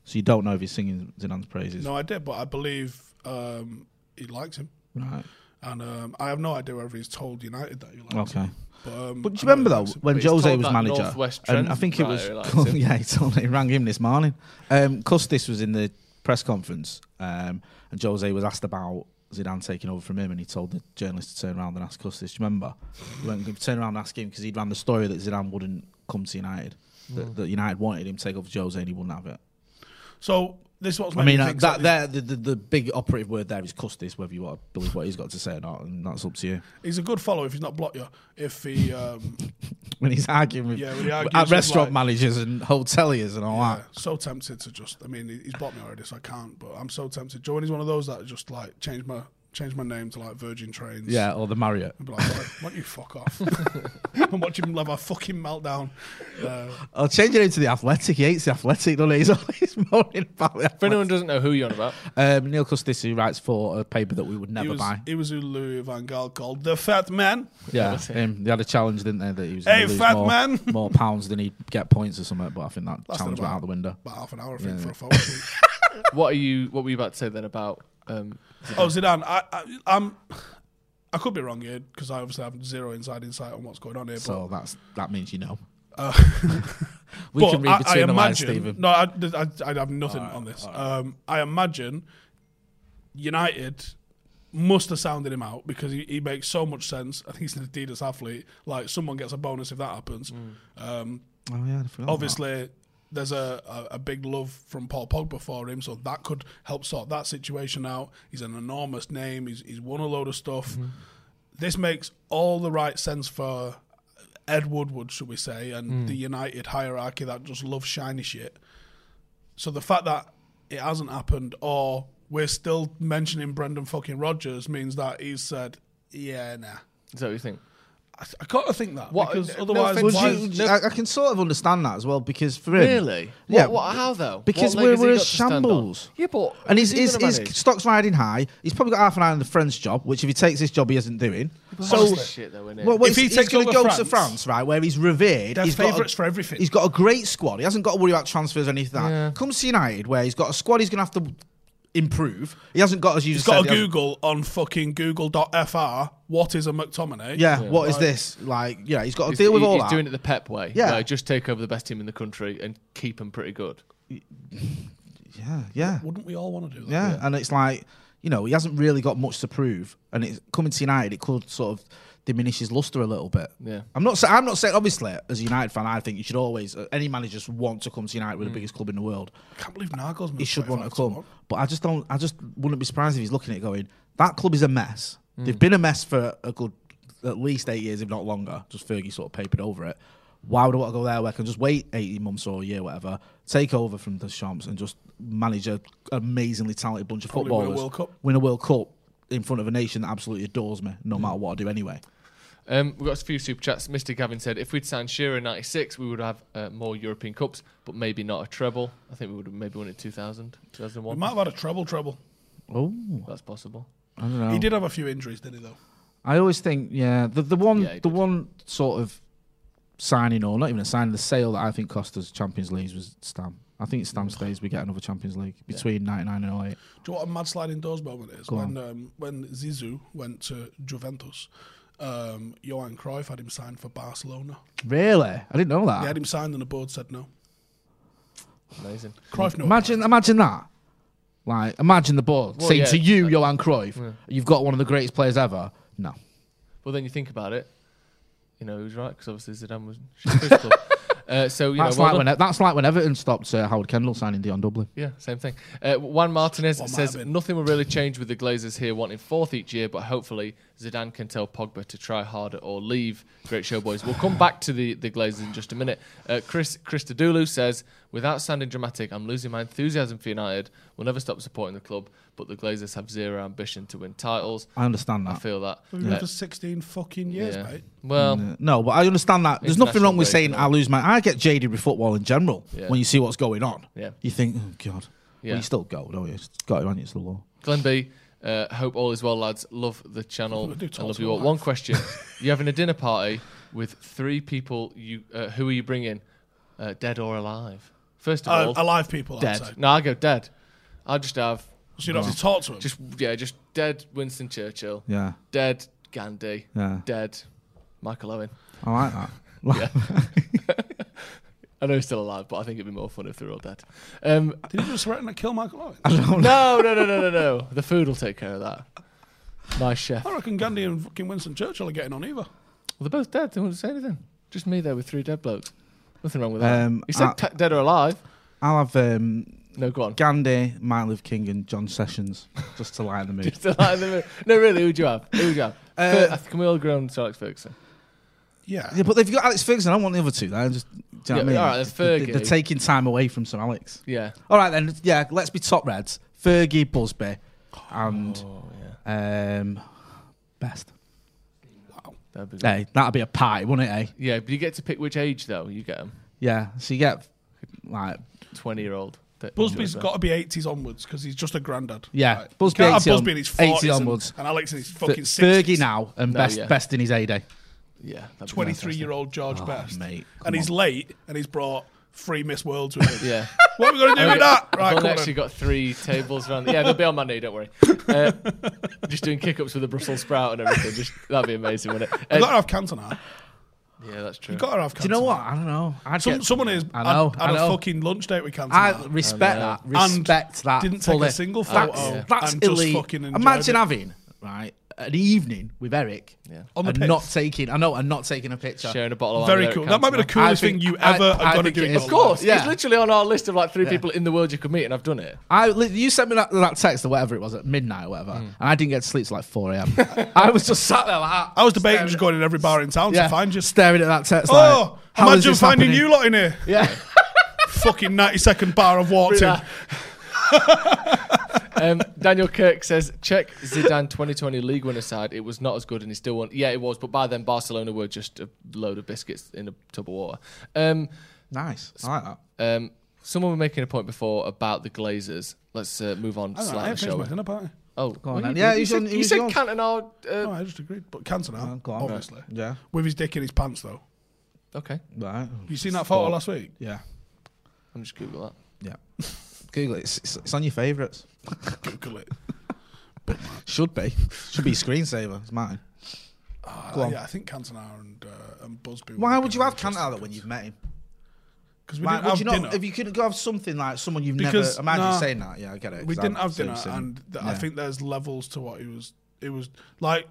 Speaker 4: So you don't know if he's singing Zidane's praises.
Speaker 2: No idea. But I believe um, he likes him,
Speaker 4: Right.
Speaker 2: and um, I have no idea whether he's told United that he likes him.
Speaker 4: Okay.
Speaker 2: But, um,
Speaker 4: But do
Speaker 2: I
Speaker 4: you
Speaker 2: know
Speaker 4: remember
Speaker 2: he
Speaker 4: though
Speaker 2: likes him.
Speaker 4: when
Speaker 3: But he's
Speaker 4: Jose
Speaker 3: told
Speaker 4: was
Speaker 3: that
Speaker 4: manager?
Speaker 3: Northwest
Speaker 4: and
Speaker 3: Trent
Speaker 4: I think it was
Speaker 3: writer he likes him.
Speaker 4: yeah, he told he rang him this morning. Um, Custis was in the press conference, um, and Jose was asked about Zidane taking over from him, and he told the journalist to turn around and ask Custis. Do you remember? He went turn around and ask him because he'd ran the story that Zidane wouldn't come to United,
Speaker 3: Hmm.
Speaker 4: that, that United wanted him to take over Jose, and he wouldn't have it.
Speaker 2: So this is what's
Speaker 4: I
Speaker 2: made
Speaker 4: mean,
Speaker 2: me
Speaker 4: uh,
Speaker 2: think
Speaker 4: that
Speaker 2: that
Speaker 4: there, the, the the big operative word there is Custis, whether you want to believe what he's got to say or not, and that's up to you.
Speaker 2: he's a good follower if he's not blocked you. If he um,
Speaker 4: When he's arguing with
Speaker 2: Yeah, when he argues
Speaker 4: at
Speaker 2: with,
Speaker 4: restaurant
Speaker 2: like-
Speaker 4: managers and hoteliers and all that.
Speaker 2: Yeah, so tempted to just. I mean, he- he's blocked me already, so I can't. But I'm so tempted. Joiny's one of those that just like change my change my name to like Virgin Trains.
Speaker 4: Yeah, or the Marriott.
Speaker 2: And be like, "Why- why don't you fuck off? and watch him have a fucking meltdown. Uh,
Speaker 4: I'll change Oh, it into the Athletic. He hates the Athletic, doesn't he? He's always moaning about the
Speaker 3: For
Speaker 4: Athletic.
Speaker 3: anyone who doesn't know who you're on about,
Speaker 4: Um, Neil Custis, who writes for a paper that we would
Speaker 2: he
Speaker 4: never
Speaker 2: was
Speaker 4: buy.
Speaker 2: he was who Louis Van Gaal called the Fat Man.
Speaker 4: Yeah, him. They had a challenge, didn't they? That he was
Speaker 2: Hey,
Speaker 4: gonna lose
Speaker 2: fat
Speaker 4: more,
Speaker 2: man.
Speaker 4: more pounds than he'd get points or something. But I think that
Speaker 2: That's
Speaker 4: challenge
Speaker 2: not
Speaker 4: went
Speaker 2: bad.
Speaker 4: out the window.
Speaker 2: About half an hour, I think, for a photo shoot.
Speaker 3: what are you? What were you about to say then about? Um,
Speaker 2: Oh, Zidane, I, I, I'm. I could be wrong here because I obviously have zero inside insight on what's going on here. uh,
Speaker 4: So that's that means you know.
Speaker 2: but
Speaker 4: we can read
Speaker 2: I-
Speaker 4: between
Speaker 2: I
Speaker 4: the lines,
Speaker 2: imagine-
Speaker 4: Stephen.
Speaker 2: No, I, I, I have nothing on this. Um, I imagine United must have sounded him out because he, he makes so much sense. I think he's an Adidas athlete. Like someone gets a bonus if that happens.
Speaker 4: Mm.
Speaker 2: Um,
Speaker 4: Oh yeah, I forgot about
Speaker 2: obviously there's a, a, a big love from Paul Pogba for him, so that could help sort that situation out. He's an enormous name. He's he's won a load of stuff. This makes all the right sense for Ed Woodward, should we say, and the United hierarchy that just loves shiny shit. So the fact that it hasn't happened, or we're still mentioning Brendan fucking Rodgers, means that he's said, "Yeah, nah."
Speaker 3: is that what you think?
Speaker 2: I, I gotta think that
Speaker 3: What-
Speaker 2: because
Speaker 3: no
Speaker 2: otherwise,
Speaker 3: offense,
Speaker 4: Would
Speaker 2: why-
Speaker 4: you, I, I can sort of understand that as well because for him,
Speaker 3: Really?
Speaker 4: Yeah.
Speaker 3: What, what, how though?
Speaker 4: Because
Speaker 3: What leg
Speaker 4: we're-
Speaker 3: has he
Speaker 4: we're
Speaker 3: got
Speaker 4: a
Speaker 3: to stand on?
Speaker 4: shambles.
Speaker 3: Yeah, but
Speaker 4: And his,
Speaker 3: who's
Speaker 4: his,
Speaker 3: he gonna
Speaker 4: his
Speaker 3: manage?
Speaker 4: stock's riding high. He's probably got half an eye on the French job, which if he takes this job, he isn't doing.
Speaker 2: Honestly.
Speaker 3: shit though, innit?
Speaker 4: Well, well,
Speaker 2: If he
Speaker 4: he's,
Speaker 2: takes
Speaker 4: going
Speaker 2: over
Speaker 4: to go to
Speaker 2: France,
Speaker 4: France, right, where he's revered.
Speaker 2: they're
Speaker 4: he's got a-
Speaker 2: favourites for everything.
Speaker 4: He's got a great squad. He hasn't got to worry about transfers or anything. Like that.
Speaker 3: Yeah.
Speaker 4: Comes to United, where he's got a squad he's going to have to improve. He hasn't got as you
Speaker 2: He's
Speaker 4: just
Speaker 2: got
Speaker 4: said,
Speaker 2: to
Speaker 4: he hasn't-
Speaker 2: Google on fucking google.fr what is a McTominay.
Speaker 4: Yeah, what is
Speaker 2: Like,
Speaker 4: this? Like, yeah, he's got to
Speaker 3: He's-
Speaker 4: deal with
Speaker 3: he-
Speaker 4: all
Speaker 3: he's
Speaker 4: that.
Speaker 3: doing it the Pep way.
Speaker 4: Yeah.
Speaker 3: where just take over the best team in the country and keep them pretty good.
Speaker 4: yeah, yeah,
Speaker 2: Wouldn't we all want to do that?
Speaker 4: yeah, and it's like. you know, he hasn't really got much to prove, and it's coming to United, it could sort of diminish his luster a little bit.
Speaker 3: Yeah.
Speaker 4: I'm not. sa- I'm not saying. Obviously, as a United fan, I think you should always uh, any managers want to come to United with the biggest club in the world.
Speaker 2: I can't believe Nagel's
Speaker 4: He should want to
Speaker 2: 25
Speaker 4: come, but I just don't. I just wouldn't be surprised if he's looking at it going. That club is a mess.
Speaker 2: Mm.
Speaker 4: They've been a mess for a good, at least eight years, if not longer. Just Fergie sort of papered over it. Why would I want to go there where I can just wait 18 months or a year, whatever, take over from the Champs and just manage a amazingly talented bunch of
Speaker 2: Probably win a
Speaker 4: footballers?
Speaker 2: World Cup.
Speaker 4: Win a World Cup in front of a nation that absolutely adores me,
Speaker 2: Mm.
Speaker 4: no matter what I do anyway.
Speaker 3: Um, we've got a few super chats. Mr. Gavin said, if we'd signed Shearer in 96, we would have uh, more European Cups, but maybe not a treble. I think we would have maybe won it 2000,
Speaker 2: We
Speaker 3: 2001.
Speaker 2: might have had a treble treble.
Speaker 4: Oh,
Speaker 3: That's possible.
Speaker 4: I don't know.
Speaker 2: He did have a few injuries, didn't he? Though
Speaker 4: I always think, yeah, the the one
Speaker 3: Yeah, he
Speaker 4: the
Speaker 3: did.
Speaker 4: one sort of signing or not even a signing, the sale that I think cost us Champions Leagues was Stam. I think Stam stays. We get another Champions League between '99 and
Speaker 2: Do
Speaker 4: 08.
Speaker 2: you know what a mad sliding doors moment is?
Speaker 4: Go
Speaker 2: when um, when Zizou went to Juventus, um, Johan Cruyff had him signed for Barcelona.
Speaker 4: Really, I didn't know that.
Speaker 2: They had him signed and the board said no.
Speaker 3: Amazing.
Speaker 2: Cruyff no.
Speaker 4: imagine, imagine that. Like, imagine the board
Speaker 3: Well,
Speaker 4: saying
Speaker 3: yeah,
Speaker 4: to you, Johan Cruyff,
Speaker 3: Yeah.
Speaker 4: you've got one of the greatest players ever. No,
Speaker 3: Well, then you think about it. You know, he was right, because obviously Zidane was Shearer's club. Uh, so, you
Speaker 4: that's
Speaker 3: know, well
Speaker 4: like
Speaker 3: done.
Speaker 4: when E, that's like when Everton stopped uh, Howard Kendall signing Dion Dublin.
Speaker 3: Yeah, same thing. Uh, Juan Martinez
Speaker 2: What might
Speaker 3: says
Speaker 2: have been.
Speaker 3: nothing will really change with the Glazers here wanting fourth each year, but hopefully Zidane can tell Pogba to try harder or leave. Great show, boys. We'll come back to the, the Glazers in just a minute. Uh, Chris Christodoulou says, without sounding dramatic, I'm losing my enthusiasm for United. We'll never stop supporting the club, but the Glazers have zero ambition to win titles.
Speaker 4: I understand
Speaker 3: I
Speaker 4: that.
Speaker 3: feel that.
Speaker 2: We were
Speaker 3: Uh,
Speaker 2: for sixteen fucking years,
Speaker 3: yeah.
Speaker 2: mate.
Speaker 3: Well,
Speaker 4: No, but I understand that. There's nothing wrong with saying
Speaker 3: International break,
Speaker 4: I lose my. I get jaded with football in general
Speaker 3: Yeah.
Speaker 4: when you see what's going on.
Speaker 3: Yeah.
Speaker 4: You think, oh God.
Speaker 3: Yeah.
Speaker 4: Well, you still go, don't you? It's got it on you. It's the law.
Speaker 3: Glenn B, uh, hope all is well, lads. Love the channel.
Speaker 2: I do
Speaker 3: I
Speaker 2: talk
Speaker 3: love
Speaker 2: to
Speaker 3: you
Speaker 2: my
Speaker 3: all.
Speaker 2: wife.
Speaker 3: One question: You're having a dinner party with three people. You uh, who are you bringing, uh, dead or alive? First of
Speaker 2: Uh,
Speaker 3: all,
Speaker 2: alive people, I'd
Speaker 3: dead.
Speaker 2: say.
Speaker 3: No, I go dead. I just have
Speaker 2: So you don't have to talk to him.
Speaker 3: just yeah, just dead Winston Churchill,
Speaker 4: Yeah.
Speaker 3: dead Gandhi,
Speaker 4: Yeah.
Speaker 3: dead Michael Owen.
Speaker 4: I like that. Like,
Speaker 3: I know he's still alive, but I think it'd be more fun if they're all dead. Um,
Speaker 2: Did he just threaten to kill Michael Owen?
Speaker 4: I don't
Speaker 3: no,
Speaker 4: know.
Speaker 3: no, no, no, no, no. The food will take care of that. Nice chef.
Speaker 2: I reckon Gandhi and fucking Winston Churchill are getting on either.
Speaker 3: Well, they're both dead. They wouldn't say anything. Just me there with three dead blokes. Nothing wrong with that.
Speaker 4: Um,
Speaker 3: he said
Speaker 4: I-
Speaker 3: te- dead or alive.
Speaker 4: I'll have um,
Speaker 3: No, go on.
Speaker 4: Gandhi, Martin Luther King, and John Sessions just to lighten the mood.
Speaker 3: Just alive in the middle. no, really, who'd you have? Who would you have?
Speaker 4: Uh,
Speaker 3: Fer- can we all agree on Sir Alex Ferguson?
Speaker 2: Yeah.
Speaker 4: yeah, but they've got Alex Ferguson. I don't want the other two. There, just do you know what I
Speaker 3: Yeah,
Speaker 4: mean?
Speaker 3: all right, then
Speaker 4: They- they-
Speaker 3: Fergie.
Speaker 4: They're taking time away from Sir Alex.
Speaker 3: Yeah.
Speaker 4: All right then. Yeah, let's be top reds. Fergie, Busby, and
Speaker 3: Oh, yeah.
Speaker 4: um, best.
Speaker 3: That'd be good.
Speaker 4: Hey, that'd be a pie, wouldn't it? Eh?
Speaker 3: Yeah, but you get to pick which age, though. You get them.
Speaker 4: Yeah, so you get like
Speaker 3: 20 year old.
Speaker 2: Busby's got to be 80s onwards because he's just a granddad.
Speaker 4: Yeah,
Speaker 2: Right.
Speaker 4: Busby
Speaker 2: Can't have
Speaker 4: 80 on-
Speaker 2: Busby in his
Speaker 4: 80
Speaker 2: 40s and-
Speaker 4: onwards.
Speaker 2: And, Alex in his
Speaker 4: F-
Speaker 2: fucking 60s.
Speaker 4: Fergie now and
Speaker 3: No,
Speaker 4: best
Speaker 3: yeah.
Speaker 4: best in his heyday.
Speaker 3: Yeah. that'd be
Speaker 2: 23 year old George Best.
Speaker 4: mate, come
Speaker 2: and he's
Speaker 4: on.
Speaker 2: late and he's brought three Miss Worlds with him.
Speaker 3: Yeah.
Speaker 2: What are we going to do with that?
Speaker 3: I've
Speaker 2: Right,
Speaker 3: only
Speaker 2: come on
Speaker 3: actually
Speaker 2: then.
Speaker 3: got three tables around. The, yeah, they'll be on Monday. Don't worry. Uh, just doing kick-ups with a Brussels sprout and everything. Just that'd be amazing, wouldn't it?
Speaker 2: You've
Speaker 3: Uh,
Speaker 2: got to have Cantona.
Speaker 3: yeah, that's true.
Speaker 2: You've got to have Cantona.
Speaker 4: Do you know what? I don't know. I'd
Speaker 2: Some,
Speaker 4: get-
Speaker 2: someone is.
Speaker 4: I know.
Speaker 2: Had,
Speaker 4: I,
Speaker 2: had a
Speaker 4: know.
Speaker 2: fucking lunch date with Cantona.
Speaker 4: I respect that. Respect that.
Speaker 2: Didn't take
Speaker 4: fully.
Speaker 2: a single photo.
Speaker 4: That's,
Speaker 3: Yeah.
Speaker 4: that's
Speaker 2: and just
Speaker 4: elite.
Speaker 2: fucking enjoyed
Speaker 4: Imagine
Speaker 2: it.
Speaker 4: having right an evening with Eric.
Speaker 3: Yeah.
Speaker 2: On the
Speaker 4: and
Speaker 2: pitch.
Speaker 4: not taking. I know. And not taking a picture.
Speaker 3: sharing a bottle. of
Speaker 2: Very
Speaker 3: Eric
Speaker 2: cool. That might be the
Speaker 3: Cantona.
Speaker 2: coolest
Speaker 4: I think-
Speaker 2: thing you
Speaker 4: I-
Speaker 2: ever
Speaker 4: I
Speaker 2: are going to
Speaker 4: think
Speaker 2: do.
Speaker 4: it
Speaker 2: in
Speaker 4: is.
Speaker 2: your life.
Speaker 3: Of course,
Speaker 4: Yeah.
Speaker 3: it's literally on our list of like three people in the world you could meet, and I've done it.
Speaker 4: I li- you sent me that, that text or whatever it was at midnight or whatever, and I didn't get to sleep till like four a.m. I was just sat there like that.
Speaker 2: I was debating just going in every bar in town
Speaker 4: yeah,
Speaker 2: to find you.
Speaker 4: staring at that text.
Speaker 2: Oh,
Speaker 4: like, how is
Speaker 2: imagine
Speaker 4: this
Speaker 2: finding
Speaker 4: happening?
Speaker 2: you lot in here.
Speaker 4: Yeah.
Speaker 2: fucking 90 second bar I've walked in.
Speaker 3: Yeah. Um, Daniel Kirk says, check Zidane 2020 league winner side. It was not as good, and he still won. Yeah, it was, but by then Barcelona were just a load of biscuits in a tub of water. Um,
Speaker 4: Nice. I like that.
Speaker 3: um, someone were making a point before about the Glazers. Let's uh, move
Speaker 2: I don't
Speaker 3: on
Speaker 2: know, I
Speaker 3: slightly,
Speaker 2: haven't
Speaker 3: shall
Speaker 2: finished
Speaker 3: we?
Speaker 2: my dinner party.
Speaker 4: Uh,
Speaker 3: Oh,
Speaker 4: on
Speaker 3: well,
Speaker 4: then.
Speaker 3: you-
Speaker 4: Yeah,
Speaker 3: you
Speaker 4: he's
Speaker 3: said,
Speaker 4: on- he
Speaker 3: you
Speaker 4: was
Speaker 3: said
Speaker 4: yours.
Speaker 3: Cantona.
Speaker 2: No,
Speaker 3: Uh,
Speaker 2: Oh, I just agreed. But Cantona,
Speaker 4: Oh, go on.
Speaker 2: obviously.
Speaker 4: Yeah.
Speaker 2: With his dick in his pants, though.
Speaker 3: okay,
Speaker 4: Right.
Speaker 2: You seen that photo last week?
Speaker 4: Yeah.
Speaker 3: I'm just Google that.
Speaker 4: Yeah. Google it. It's, it's, it's on your favourites.
Speaker 2: Google it.
Speaker 4: Should be. Should be a screensaver. It's mine.
Speaker 2: Ah,
Speaker 4: Go on.
Speaker 2: Yeah, I think Cantona and, uh, and Busby. were
Speaker 4: Why
Speaker 2: the
Speaker 4: would you
Speaker 2: kind of
Speaker 4: have Cantona
Speaker 2: interesting
Speaker 4: when
Speaker 2: kids.
Speaker 4: you've met him?
Speaker 2: because we
Speaker 4: Why-
Speaker 2: didn't
Speaker 4: would
Speaker 2: have
Speaker 4: you not-
Speaker 2: dinner.
Speaker 4: If you could go have something like someone you've
Speaker 2: Because,
Speaker 4: never imagine
Speaker 2: nah,
Speaker 4: saying that, yeah, I get it.
Speaker 2: we
Speaker 4: 'cause
Speaker 2: didn't
Speaker 4: I'm
Speaker 2: have dinner,
Speaker 4: servicing-
Speaker 2: and th- I
Speaker 4: yeah.
Speaker 2: think there's levels to what it was. It was like,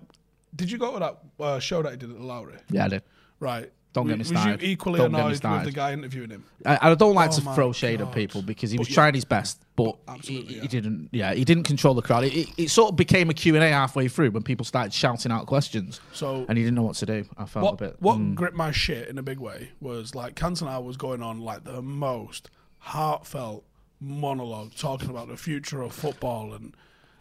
Speaker 2: did you go to that uh, show that he did at the Lowry?
Speaker 5: Yeah, I did.
Speaker 2: Right.
Speaker 4: Don't
Speaker 2: W-
Speaker 4: get me
Speaker 2: Was
Speaker 4: started.
Speaker 2: you equally
Speaker 4: Don't get me
Speaker 2: annoyed with the
Speaker 4: started.
Speaker 2: guy interviewing him?
Speaker 4: I, I don't like
Speaker 2: Oh
Speaker 4: to
Speaker 2: my
Speaker 4: throw shade
Speaker 2: God.
Speaker 4: at people because he was
Speaker 2: yeah.
Speaker 4: trying his best, but he,
Speaker 2: Absolutely,
Speaker 4: he
Speaker 2: yeah.
Speaker 4: didn't. Yeah, he didn't control the crowd. It, it, it sort of became a Q and A halfway through when people started shouting out questions,
Speaker 2: So
Speaker 4: and he didn't know what to do. I felt
Speaker 2: what
Speaker 4: a bit. mm.
Speaker 2: what gripped my shit in a big way was like Cantona was going on like the most heartfelt monologue talking about the future of football and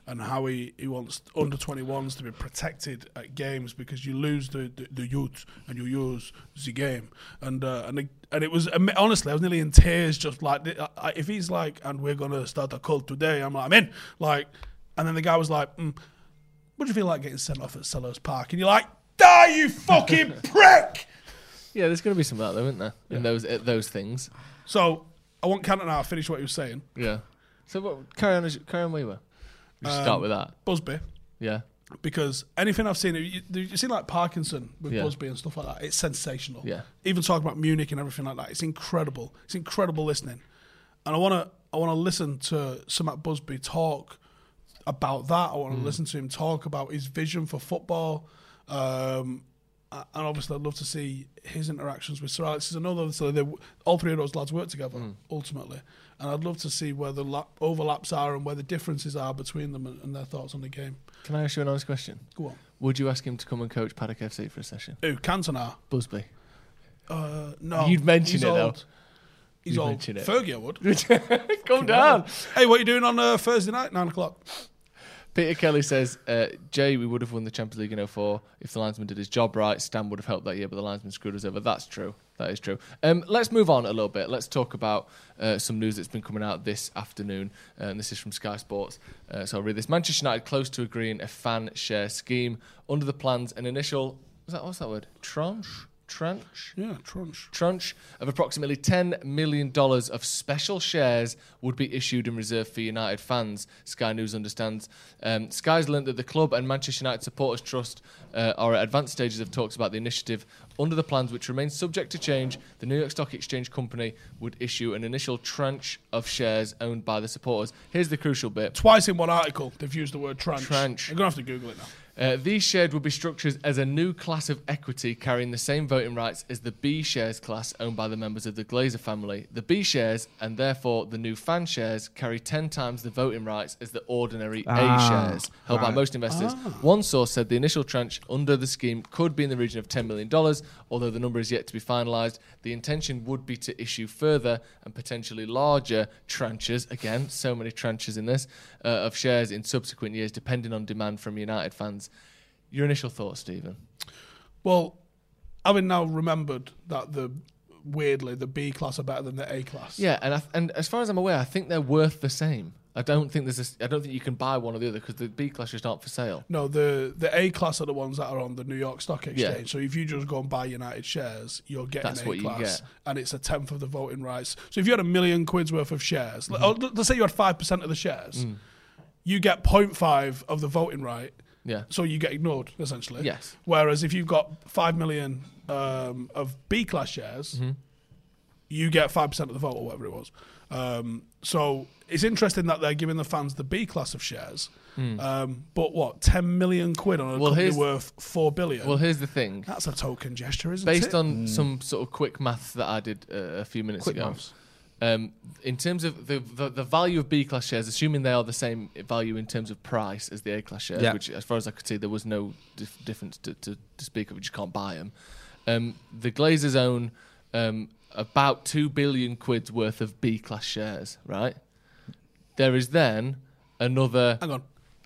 Speaker 2: and how he, he wants under 21s to be protected at games because you lose the, the, the youth and you use the game and uh, and it- and it was ama- honestly I was nearly in tears just like I- I- if he's like and we're gonna start a cult today I'm like I'm in like and then the guy was like. Mm, would you feel like getting sent off at Sellers Park? And you're like, die, you fucking prick!
Speaker 3: Yeah, there's going to be some of that, though, isn't there? In those at those things.
Speaker 2: So I want Cantona to finish what he was saying.
Speaker 3: Yeah. So what, carry on. as- Carry on. where you were. We should start with that.
Speaker 2: Busby,
Speaker 3: Yeah.
Speaker 2: because anything I've seen, you, you see like Parkinson with
Speaker 3: Yeah.
Speaker 2: Busby and stuff like that, it's sensational.
Speaker 3: Yeah.
Speaker 2: Even talking about Munich and everything like that, it's incredible. It's incredible listening. And I want to I want to listen to Samat Busby talk about that. I want
Speaker 3: Mm.
Speaker 2: to listen to him talk about his vision for football. Um, a- and obviously, I'd love to see his interactions with Sir Alex. There's another, so they, all three of those lads work together
Speaker 3: Mm.
Speaker 2: ultimately. And I'd love to see where the lap, overlaps are and where the differences are between them and, and their thoughts on the game.
Speaker 3: Can I ask you an honest question?
Speaker 2: Go on.
Speaker 3: Would you ask him to come and coach Paddock FC for a session?
Speaker 2: Who, Cantona?
Speaker 3: Busby.
Speaker 2: Uh, no.
Speaker 3: You'd mention
Speaker 2: He's
Speaker 3: it, though.
Speaker 2: old. He's
Speaker 3: You'd
Speaker 2: old.
Speaker 3: mention it.
Speaker 2: Fergie, I would.
Speaker 3: Come down.
Speaker 2: Hey, what are you doing on uh, Thursday night, nine o'clock?
Speaker 3: Peter Kelly says, uh, Jay, we would have won the Champions League in 04 if the linesman did his job right. Stan would have helped that year, but the linesman screwed us over. That's true. That is true. Um, let's move on a little bit. Let's talk about uh, some news that's been coming out this afternoon. Um, this is from Sky Sports. Uh, so I'll read this. Manchester United close to agreeing a fan share scheme. Under the plans, an initial. Was that, what's that word? Tranche? Tranche?
Speaker 2: Yeah, trunch.
Speaker 3: tranche of approximately $10 million of special shares would be issued in reserve for United fans, Sky News understands. Um, Sky's learnt that the club and Manchester United Supporters Trust uh, are at advanced stages of talks about the initiative. Under the plans, which remain subject to change, the New York Stock Exchange company would issue an initial tranche of shares owned by the supporters. Here's the crucial bit.
Speaker 2: Twice in one article, they've used the word tranche.
Speaker 3: Tranche.
Speaker 2: You're going to have to Google it now.
Speaker 3: Uh, these shares will be structured as a new class of equity carrying the same voting rights as the B shares class owned by the members of the Glazer family. The B shares, and therefore the new fan shares, carry 10 times the voting rights as the ordinary A shares held by most investors. One source said the initial tranche under the scheme could be in the region of $10 million, although the number is yet to be finalised. The intention would be to issue further and potentially larger tranches, again, so many tranches in this, uh, of shares in subsequent years, depending on demand from United fans. Your initial thoughts, Stephen?
Speaker 2: Well, having now remembered that the weirdly the B class are better than the A class.
Speaker 3: Yeah, and I, and as far as I'm aware, I think they're worth the same. I don't think there's a, I don't think you can buy one or the other because the B class just aren't for sale.
Speaker 2: No, the the A class are the ones that are on the New York Stock
Speaker 3: Yeah.
Speaker 2: Exchange. So if you just go and buy United shares, you're getting
Speaker 3: That's
Speaker 2: A
Speaker 3: what you
Speaker 2: class,
Speaker 3: get.
Speaker 2: and it's a tenth of the voting rights. So if you had a million quid's worth of shares,
Speaker 3: Mm-hmm.
Speaker 2: let- or let's say you had five percent of the shares,
Speaker 3: Mm.
Speaker 2: you get 0.5 of the voting right.
Speaker 3: Yeah.
Speaker 2: So you get ignored essentially.
Speaker 3: Yes.
Speaker 2: Whereas if you've got five million um, of B class shares,
Speaker 3: Mm-hmm.
Speaker 2: you get five percent of the vote or whatever it was. Um, so it's interesting that they're giving the fans the B class of shares. Um, but what ten million quid on a
Speaker 3: Mm. Well,
Speaker 2: company
Speaker 3: here's-
Speaker 2: worth four billion?
Speaker 3: Well, here's the thing.
Speaker 2: that's a token gesture, isn't it?
Speaker 3: Based on some sort of quick maths that I did uh, a few minutes
Speaker 4: Quick
Speaker 3: ago,
Speaker 4: maths.
Speaker 3: um, in terms of the, the the value of B class shares, assuming they are the same value in terms of price as the A class shares,
Speaker 4: Yeah.
Speaker 3: which, as far as I could see, there was no dif- difference to, to, to speak of. You just can't buy them. Um, the Glazers own um, about two billion quid's worth of B class shares, right? There is then another.
Speaker 2: Hang on,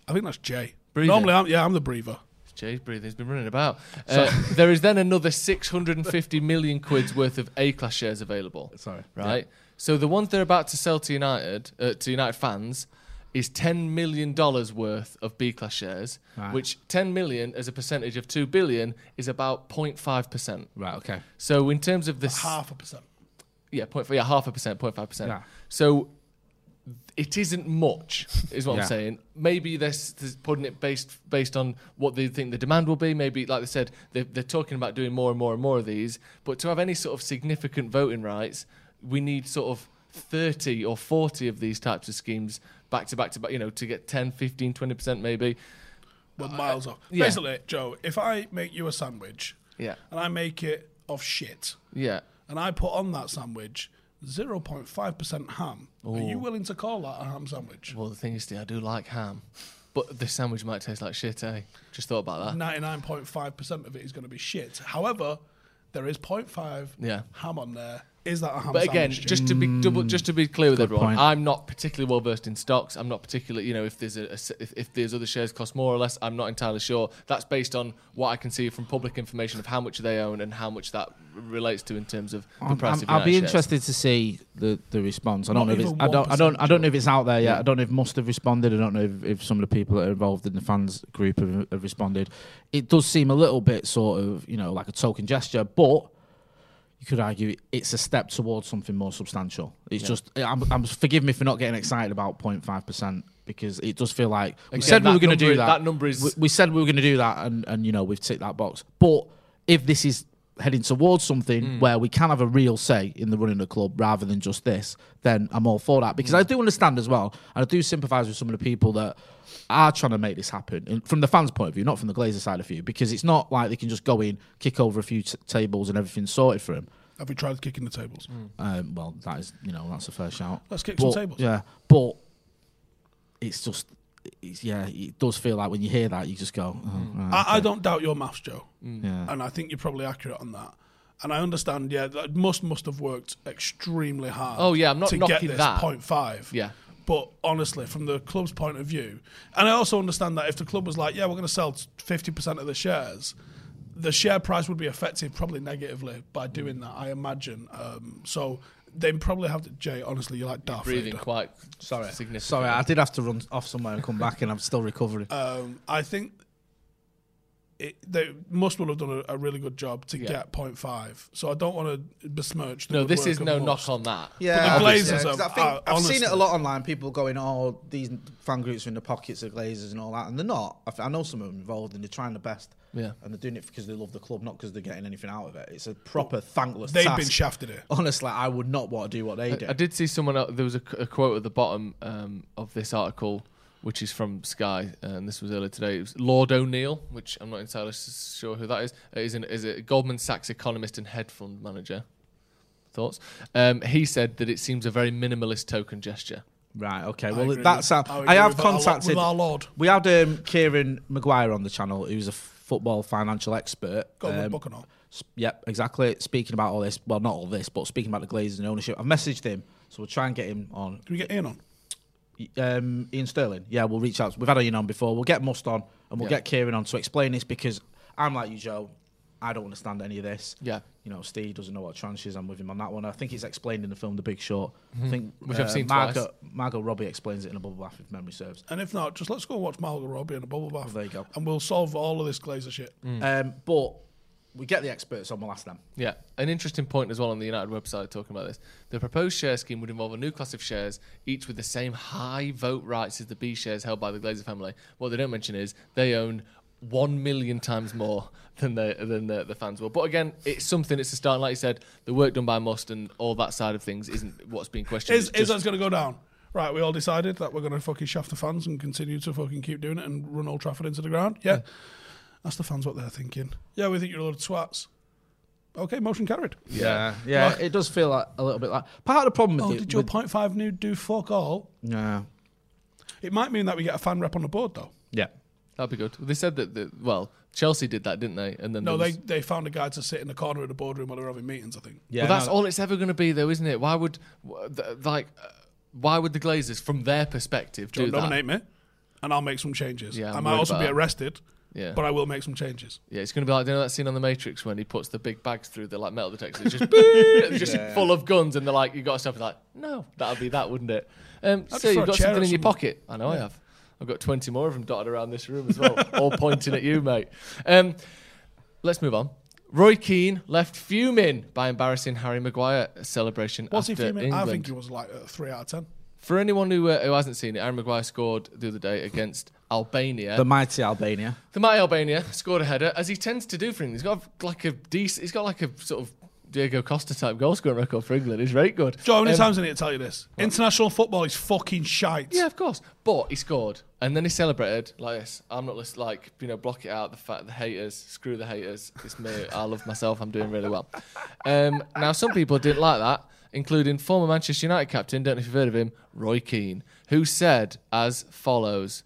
Speaker 2: I think that's Jay.
Speaker 3: Breather.
Speaker 2: Normally, I'm, yeah, I'm the breather.
Speaker 3: Jay's breathing. He's been running about. Uh, there is then another 650 million quid's worth of A class shares available.
Speaker 4: Sorry.
Speaker 3: Right? So the ones they're about to sell to United, uh, to United fans, is $10 million worth of B class shares,
Speaker 4: Right.
Speaker 3: which 10 million as a percentage of 2 billion is about 0.5%.
Speaker 4: Right. Okay.
Speaker 3: So in terms of this,
Speaker 2: Half a percent.
Speaker 3: yeah, point yeah, half a percent, 0.5 percent.
Speaker 4: Yeah.
Speaker 3: So it isn't much, is what I'm
Speaker 4: Yeah.
Speaker 3: saying. Maybe they're, s- they're putting it based based on what they think the demand will be. Maybe, like they said, they're, they're talking about doing more and more and more of these. But to have any sort of significant voting rights we need sort of 30 or 40 of these types of schemes back to back to back, you know, to get 10, 15, 20% maybe.
Speaker 2: We're miles off.
Speaker 3: Uh, yeah.
Speaker 2: Basically, Joe, if I make you a sandwich
Speaker 3: Yeah.
Speaker 2: and I make it of shit
Speaker 3: Yeah.
Speaker 2: and I put on that sandwich 0.5% ham, are you willing to call that a ham sandwich?
Speaker 3: Well, the thing is, Steve, I do like ham, but the sandwich might taste like shit, eh? Just thought about that.
Speaker 2: 99.5% of it is going to be shit. However, there is 0.5
Speaker 3: Yeah.
Speaker 2: ham on there. Is that a ham
Speaker 3: But
Speaker 2: sandwich?
Speaker 3: again,
Speaker 2: Jim?
Speaker 3: just to be double, just to be clear with everyone,
Speaker 4: Mm, point.
Speaker 3: I'm not particularly well versed in stocks. I'm not particularly, you know, if there's a, a s- if, if there's other shares cost more or less, I'm not entirely sure. That's based on what I can see from public information of how much they own and how much that relates to in terms of the
Speaker 4: I'm-
Speaker 3: price
Speaker 4: I'm-
Speaker 3: of
Speaker 4: I'll be
Speaker 3: United shares.
Speaker 4: interested to see the, the response. I don't
Speaker 2: Not
Speaker 4: know. If it's,
Speaker 2: even
Speaker 4: I don't. I don't. I don't
Speaker 2: 1%,
Speaker 4: know if it's out there yet.
Speaker 3: Yeah.
Speaker 4: I don't know if must have responded. I don't know if, if some of the people that are involved in the fans group have, have responded. It does seem a little bit sort of you know like a token gesture, but you could argue it's a step towards something more substantial. It's just I'm, I'm forgive me for not getting excited about 0.5 percent because it does feel like we
Speaker 3: Again,
Speaker 4: said we
Speaker 3: that
Speaker 4: were going to
Speaker 3: number-
Speaker 4: do that.
Speaker 3: that number is-
Speaker 4: we, we said we were going to do that, and and you know we've ticked that box. But if this is heading towards something
Speaker 2: Hmm.
Speaker 4: where we can have a real say in the running of the club rather than just this, then I'm all for that
Speaker 2: Hmm.
Speaker 4: because I do understand as well, and I do sympathise with some of the people that are trying to make this happen and from the fans' point of view, not from the Glazer side of view, because it's not like they can just go in, kick over a few t- tables, and everything's sorted for them.
Speaker 2: Have we tried kicking the tables?
Speaker 3: Mm.
Speaker 4: Um, well, that is, you know, that's a fair shout.
Speaker 2: Let's kick
Speaker 4: but,
Speaker 2: some tables.
Speaker 4: Yeah, but it's just, it's, yeah, it does feel like when you hear that, you just go, oh, right,
Speaker 2: I, I don't doubt your maths, Joe.
Speaker 3: Mm.
Speaker 4: yeah.
Speaker 2: and I think you're probably accurate on that. And I understand, yeah, that must must have worked extremely hard.
Speaker 3: Oh, yeah, I'm not
Speaker 2: to get
Speaker 3: knocking
Speaker 2: this
Speaker 3: that.
Speaker 2: point five.
Speaker 3: Yeah.
Speaker 2: but honestly, from the club's point of view, and I also understand that if the club was like, yeah, we're going to sell fifty percent of the shares, the share price would be affected probably negatively by doing that. I imagine. Um, so they probably have to. Jay, honestly, you're like daft.
Speaker 3: breathing
Speaker 2: Vader.
Speaker 3: quite
Speaker 4: Sorry,
Speaker 3: significantly.
Speaker 4: sorry, I did have to run off somewhere and come back, and I'm still recovering.
Speaker 2: Um, I think it, they must will have done a, a really good job to get 0.5. So I don't want to besmirch. The
Speaker 3: No,
Speaker 2: good
Speaker 3: this
Speaker 2: work
Speaker 3: is
Speaker 2: of
Speaker 3: no
Speaker 2: Must.
Speaker 3: knock on that.
Speaker 2: But the
Speaker 4: obviously,
Speaker 2: Glazers
Speaker 4: yeah, 'cause
Speaker 2: are-
Speaker 4: I think,
Speaker 2: are-
Speaker 4: I've seen it a
Speaker 2: honestly-
Speaker 4: lot online. People going, "Oh, these fan groups are in the pockets of Glazers and all that," and they're not. I, f- I know some of them involved, and they're trying the best.
Speaker 3: Yeah.
Speaker 4: and they're doing it because they love the club, not because they're getting anything out of it. It's a proper thankless.
Speaker 2: They've
Speaker 4: task.
Speaker 2: been shafted here.
Speaker 4: Honestly, I would not want to do what they do.
Speaker 3: I did see someone. el- There was a, qu- a quote at the bottom um, of this article, which is from Sky, uh, and this was earlier today. It was Lord O'Neill, which I'm not entirely s- sure who that is. uh, Is an, is a Goldman Sachs economist and hedge fund manager. Thoughts? Um, he said that it seems a very minimalist token gesture.
Speaker 4: Right. Okay.
Speaker 2: agree
Speaker 4: Well,
Speaker 2: with-
Speaker 4: that's how
Speaker 2: I
Speaker 4: I,
Speaker 2: agree
Speaker 4: have
Speaker 2: with our lo-
Speaker 4: contacted
Speaker 2: with our Lord.
Speaker 4: We had um, Kieran Maguire on the channel, who's a football financial expert.
Speaker 2: Goldman
Speaker 4: Um,
Speaker 2: Buchanan.
Speaker 4: s- Yep, exactly. Speaking about all this, well, not all this, but speaking about the Glazers and ownership, I've messaged him, so we'll try and get him on.
Speaker 2: Can we get Ian on?
Speaker 4: um, Ian Sterling. Yeah, we'll reach out. We've had Ian on before. We'll get Must on and we'll
Speaker 3: Yeah.
Speaker 4: get Kieran on to explain this because I'm like you, Joe. I don't understand any of this.
Speaker 3: Yeah.
Speaker 4: You know, Steve doesn't know what tranche is. I'm with him on that one. I think it's explained in the film The Big Short. I think
Speaker 3: Mm-hmm.
Speaker 4: uh,
Speaker 3: Which I've seen
Speaker 4: Margot,
Speaker 3: twice.
Speaker 4: Margot Robbie explains it in a bubble bath if memory serves.
Speaker 2: And if not, just let's go and watch Margot Robbie in a bubble bath.
Speaker 4: There you go.
Speaker 2: And we'll solve all of this glazer shit.
Speaker 3: Mm.
Speaker 4: Um, but we get the experts on. We'll ask them.
Speaker 3: Yeah, an interesting point as well on the United website talking about this. The proposed share scheme would involve a new class of shares, each with the same high vote rights as the B shares held by the Glazer family. What they don't mention is they own one million times more than the than the, the fans will. But again, it's something. It's a start. Like you said, the work done by Must and all that side of things isn't what's being questioned.
Speaker 2: Is
Speaker 3: It's
Speaker 2: is
Speaker 3: just-
Speaker 2: that's going to go down? Right, we all decided that we're going to fucking shaft the fans and continue to fucking keep doing it and run Old Trafford into the ground. Yeah. That's the fans what they're thinking. Yeah, we think you're a load of twats. Okay, motion carried.
Speaker 4: Yeah, yeah.
Speaker 2: Like-
Speaker 4: it does feel like a little bit like part of the problem with
Speaker 2: Oh,
Speaker 4: it.
Speaker 2: did your
Speaker 4: with-
Speaker 2: point five nude do fuck all?
Speaker 4: yeah,
Speaker 2: It might mean that we get a fan rep on the board though.
Speaker 4: yeah.
Speaker 3: that'd be good. They said that. The, well, Chelsea did that, didn't they? And then
Speaker 2: No,
Speaker 3: there
Speaker 2: they,
Speaker 3: was-
Speaker 2: they found a guy to sit in the corner of the boardroom while they were having meetings. I think.
Speaker 4: Yeah,
Speaker 3: well, that's
Speaker 4: no.
Speaker 3: all it's ever going to be, though, isn't it? Why would w- th- like uh, why would the Glazers, from their perspective,
Speaker 2: Do
Speaker 3: do that?
Speaker 2: nominate me, and I'll make some changes.
Speaker 3: Yeah, I'm
Speaker 2: I might
Speaker 3: worried
Speaker 2: also
Speaker 3: about
Speaker 2: be
Speaker 3: that.
Speaker 2: arrested,
Speaker 3: Yeah.
Speaker 2: but I will make some changes.
Speaker 3: Yeah, it's going to be like you know that scene on The Matrix when he puts the big bags through the like metal detector. It's just, boom, it's just full of guns, and they're like, "You got to stop." it." Like, no, that'll be that, wouldn't it? Um,
Speaker 2: I'd
Speaker 3: so you've
Speaker 2: prefer a
Speaker 3: got
Speaker 2: chair
Speaker 3: something
Speaker 2: or
Speaker 3: in your
Speaker 2: something.
Speaker 3: pocket. I know I have. I've got twenty more of them dotted around this room as well, all pointing at you, mate. Um, let's move on. Roy Keane left fuming by embarrassing Harry Maguire at celebration
Speaker 2: Was he
Speaker 3: after
Speaker 2: fuming?
Speaker 3: England.
Speaker 2: I think he was like a three out of ten.
Speaker 3: For anyone who uh, who hasn't seen it, Harry Maguire scored the other day against Albania.
Speaker 4: the mighty Albania.
Speaker 3: The mighty Albania scored a header, as he tends to do for England. He's got like a decent. He's got like a sort of Diego Costa type goal scoring record for England. He's very good.
Speaker 2: Joe, how many
Speaker 3: Um,
Speaker 2: times I need to tell you this? International football is fucking shite.
Speaker 3: Yeah, of course. But he scored, and then he celebrated like this. I'm not just like you know block it out. The fact the haters, screw the haters. It's me. I love myself. I'm doing really well. Um, now some people didn't like that, including former Manchester United captain. Don't know if you've heard of him, Roy Keane, who said as follows.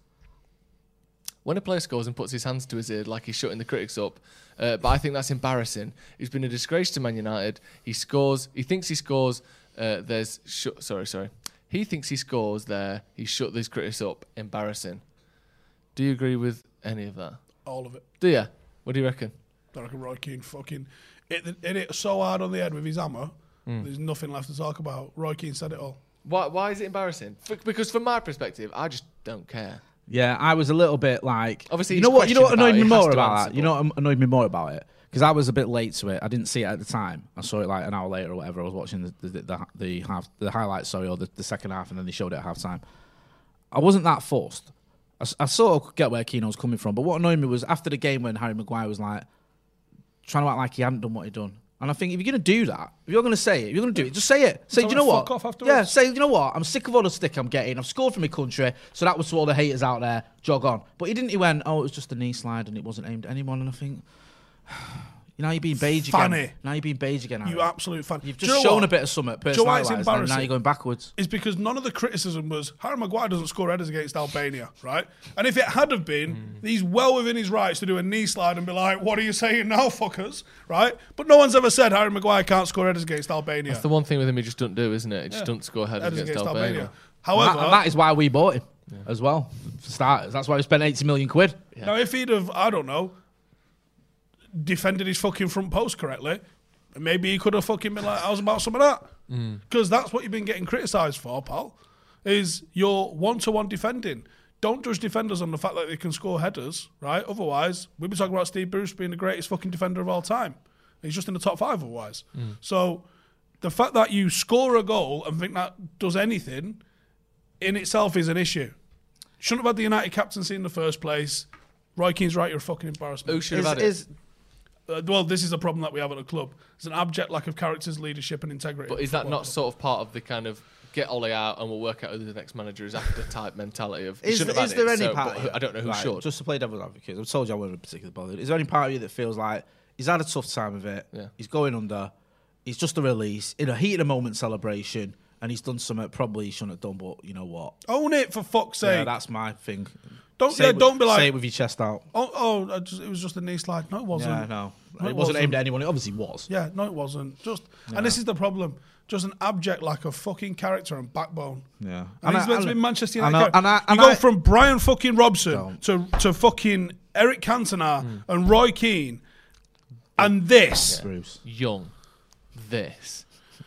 Speaker 3: When a player scores and puts his hands to his ear like he's shutting the critics up, uh, but I think that's embarrassing. He's been a disgrace to Man United. He scores. He thinks he scores. Uh, there's sh- sorry, sorry. He thinks he scores there. He shut these critics up. Embarrassing. Do you agree with any of that?
Speaker 2: All of it.
Speaker 3: Do you? What do you reckon?
Speaker 2: I reckon Roy Keane fucking hit, the, hit it so hard on the head with his hammer.
Speaker 4: Mm.
Speaker 2: There's nothing left to talk about. Roy Keane said it all.
Speaker 3: Why? Why is it embarrassing? F- because from my perspective, I just don't care.
Speaker 4: Yeah, I was a little bit like.
Speaker 3: Obviously,
Speaker 4: you
Speaker 3: he's
Speaker 4: know what? You know what
Speaker 3: questioned
Speaker 4: annoyed
Speaker 3: about it,
Speaker 4: me
Speaker 3: he has
Speaker 4: more
Speaker 3: to
Speaker 4: about
Speaker 3: answer,
Speaker 4: that. You know what annoyed me more about it because I was a bit late to it. I didn't see it at the time. I saw it like an hour later or whatever. I was watching the the, the, the half the highlights, sorry, or the, the second half, and then they showed it at half time. I wasn't that forced. I, s- I sort of get where Keno was coming from, but what annoyed me was after the game when Harry Maguire was like trying to act like he hadn't done what he'd done. And I think if you're going to do that, if you're going to say it, if you're going to do it, just say it. Say,
Speaker 2: Tell
Speaker 4: do you
Speaker 2: her
Speaker 4: know what?
Speaker 2: fuck off afterwards.
Speaker 4: yeah, say, you know what? I'm sick of all the stick I'm getting. I've scored for my country, so that was to all the haters out there. Jog on. But he didn't. He went, oh, it was just a knee slide and it wasn't aimed at anyone. And I think, you know, you're being beige
Speaker 2: Funny.
Speaker 4: again. Now you're being beige again.
Speaker 2: You
Speaker 4: Harry.
Speaker 2: absolute fan.
Speaker 4: You've
Speaker 2: Do
Speaker 4: just
Speaker 2: you know
Speaker 4: shown
Speaker 2: what?
Speaker 4: a bit of summit
Speaker 2: you know why it's
Speaker 4: personality. and now
Speaker 2: embarrassing?
Speaker 4: you're going backwards.
Speaker 2: is because none of the criticism was Harry Maguire doesn't score headers against Albania, right? And if it had have been,
Speaker 4: Mm.
Speaker 2: he's well within his rights to do a knee slide and be like, "What are you saying now, fuckers?" Right? But no one's ever said Harry Maguire can't score headers against Albania.
Speaker 3: That's the one thing with him he just don't do, isn't it? He just don't score headers
Speaker 2: headers
Speaker 3: against, Albania.
Speaker 2: However,
Speaker 4: and that is why we bought him as well, for starters. That's why we spent 80 million quid.
Speaker 2: now if he'd have, I don't know, defended his fucking front post correctly, maybe he could have fucking been like, "How's about some of that?"
Speaker 3: Mm.
Speaker 2: Because that's what you've been getting criticised for, pal. Is your one-to-one defending? Don't judge defenders on the fact that they can score headers, right? Otherwise, we'd be talking about Steve Bruce being the greatest fucking defender of all time. He's just in the top five otherwise.
Speaker 3: Mm.
Speaker 2: So the fact that you score a goal and think that does anything in itself is an issue. Shouldn't have had the United captaincy in the first place. Roy Keane's right, you're a fucking embarrassment.
Speaker 3: Who should have had it?
Speaker 2: Uh, well, this is a problem that we have at the club. It's an abject lack of characters, leadership, and integrity.
Speaker 3: But is that
Speaker 2: Well,
Speaker 3: not sort of part of the kind of get Ollie out and we'll work out who the next manager is after type mentality of he
Speaker 4: Is,
Speaker 3: should have
Speaker 4: is
Speaker 3: had
Speaker 4: there
Speaker 3: it,
Speaker 4: any
Speaker 3: so-
Speaker 4: part?
Speaker 3: but
Speaker 4: of
Speaker 3: who-
Speaker 4: you-
Speaker 3: I don't know who
Speaker 4: right,
Speaker 3: should.
Speaker 4: Just to play devil's advocate, I've told you I wasn't particularly bothered. Is there any part of you that feels like he's had a tough time of it?
Speaker 3: Yeah.
Speaker 4: He's going under. He's just a release in a heat of the moment celebration, and he's done something probably he shouldn't have done. But you know what?
Speaker 2: Own it for fuck's sake.
Speaker 4: Yeah, that's my thing.
Speaker 2: Don't-
Speaker 4: say it
Speaker 2: yeah,
Speaker 4: with-
Speaker 2: don't be like-
Speaker 4: say it with your chest out.
Speaker 2: oh, oh I just, it was just a knee slide. No, it wasn't.
Speaker 4: Yeah, no,
Speaker 2: No,
Speaker 4: it wasn't aimed at anyone. It obviously was.
Speaker 2: Yeah, no, it wasn't. Just and this is the problem. Just an abject lack of fucking character and backbone.
Speaker 4: Yeah.
Speaker 2: and,
Speaker 4: And
Speaker 2: he's
Speaker 4: I-
Speaker 2: meant to
Speaker 4: I-
Speaker 2: be Manchester
Speaker 4: and
Speaker 2: United.
Speaker 4: I-
Speaker 2: character.
Speaker 4: and I- and
Speaker 2: you go
Speaker 4: I-
Speaker 2: from Brian fucking Robson to to fucking Eric Cantona
Speaker 4: Mm.
Speaker 2: and Roy Keane, and this.
Speaker 4: Bruce,
Speaker 3: Young, this.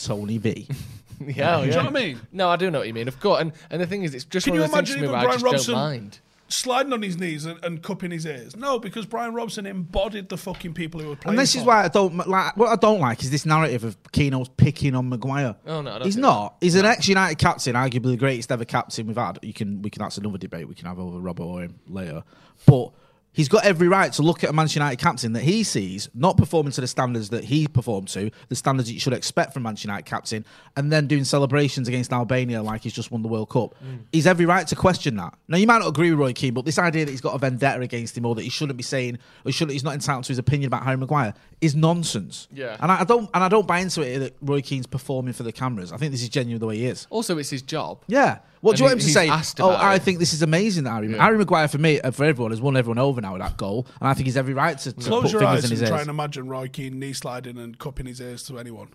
Speaker 4: Tony V.
Speaker 3: Yeah,
Speaker 2: Do you know what I mean?
Speaker 3: No, I do know what you mean. Of course, and, and the thing is, it's just
Speaker 2: Can
Speaker 3: one
Speaker 2: you
Speaker 3: of the things
Speaker 2: imagine
Speaker 3: to me
Speaker 2: even
Speaker 3: where I
Speaker 2: Brian
Speaker 3: just
Speaker 2: Robson-
Speaker 3: don't mind.
Speaker 2: sliding on his knees and, and cupping his ears. No, because Brian Robson embodied the fucking people who were playing.
Speaker 4: And this
Speaker 2: for
Speaker 4: is
Speaker 2: him.
Speaker 4: why I don't like. What I don't like is this narrative of Keno's picking on Maguire.
Speaker 3: Oh, no, I don't
Speaker 4: he's
Speaker 3: think
Speaker 4: not. He's an ex-United captain, arguably the greatest ever captain we've had. You can we can that's another debate we can have over Robbo or him later. But he's got every right to look at a Manchester United captain that he sees not performing to the standards that he performed to, the standards that you should expect from Manchester United captain, and then doing celebrations against Albania like he's just won the World Cup.
Speaker 3: Mm.
Speaker 4: He's every right to question that. Now you might not agree with Roy Keane, but this idea that he's got a vendetta against him or that he shouldn't be saying or shouldn't he's not entitled to his opinion about Harry Maguire is nonsense.
Speaker 3: Yeah.
Speaker 4: And I, I don't and I don't buy into it that Roy Keane's performing for the cameras. I think this is genuine the way he is.
Speaker 3: Also, it's his job.
Speaker 4: Yeah. What do you
Speaker 3: And
Speaker 4: want
Speaker 3: he-
Speaker 4: him to say?
Speaker 3: he's asked
Speaker 4: Oh,
Speaker 3: about
Speaker 4: I
Speaker 3: it.
Speaker 4: think this is amazing. That Harry, Harry Maguire for me, uh, for everyone, has won everyone over now with that goal, and I think he's every right to, to
Speaker 2: Close
Speaker 4: put
Speaker 2: your
Speaker 4: fingers
Speaker 2: eyes
Speaker 4: in
Speaker 2: and
Speaker 4: his
Speaker 2: try
Speaker 4: ears.
Speaker 2: and imagine Roy Keane knee sliding and cupping his ears to anyone.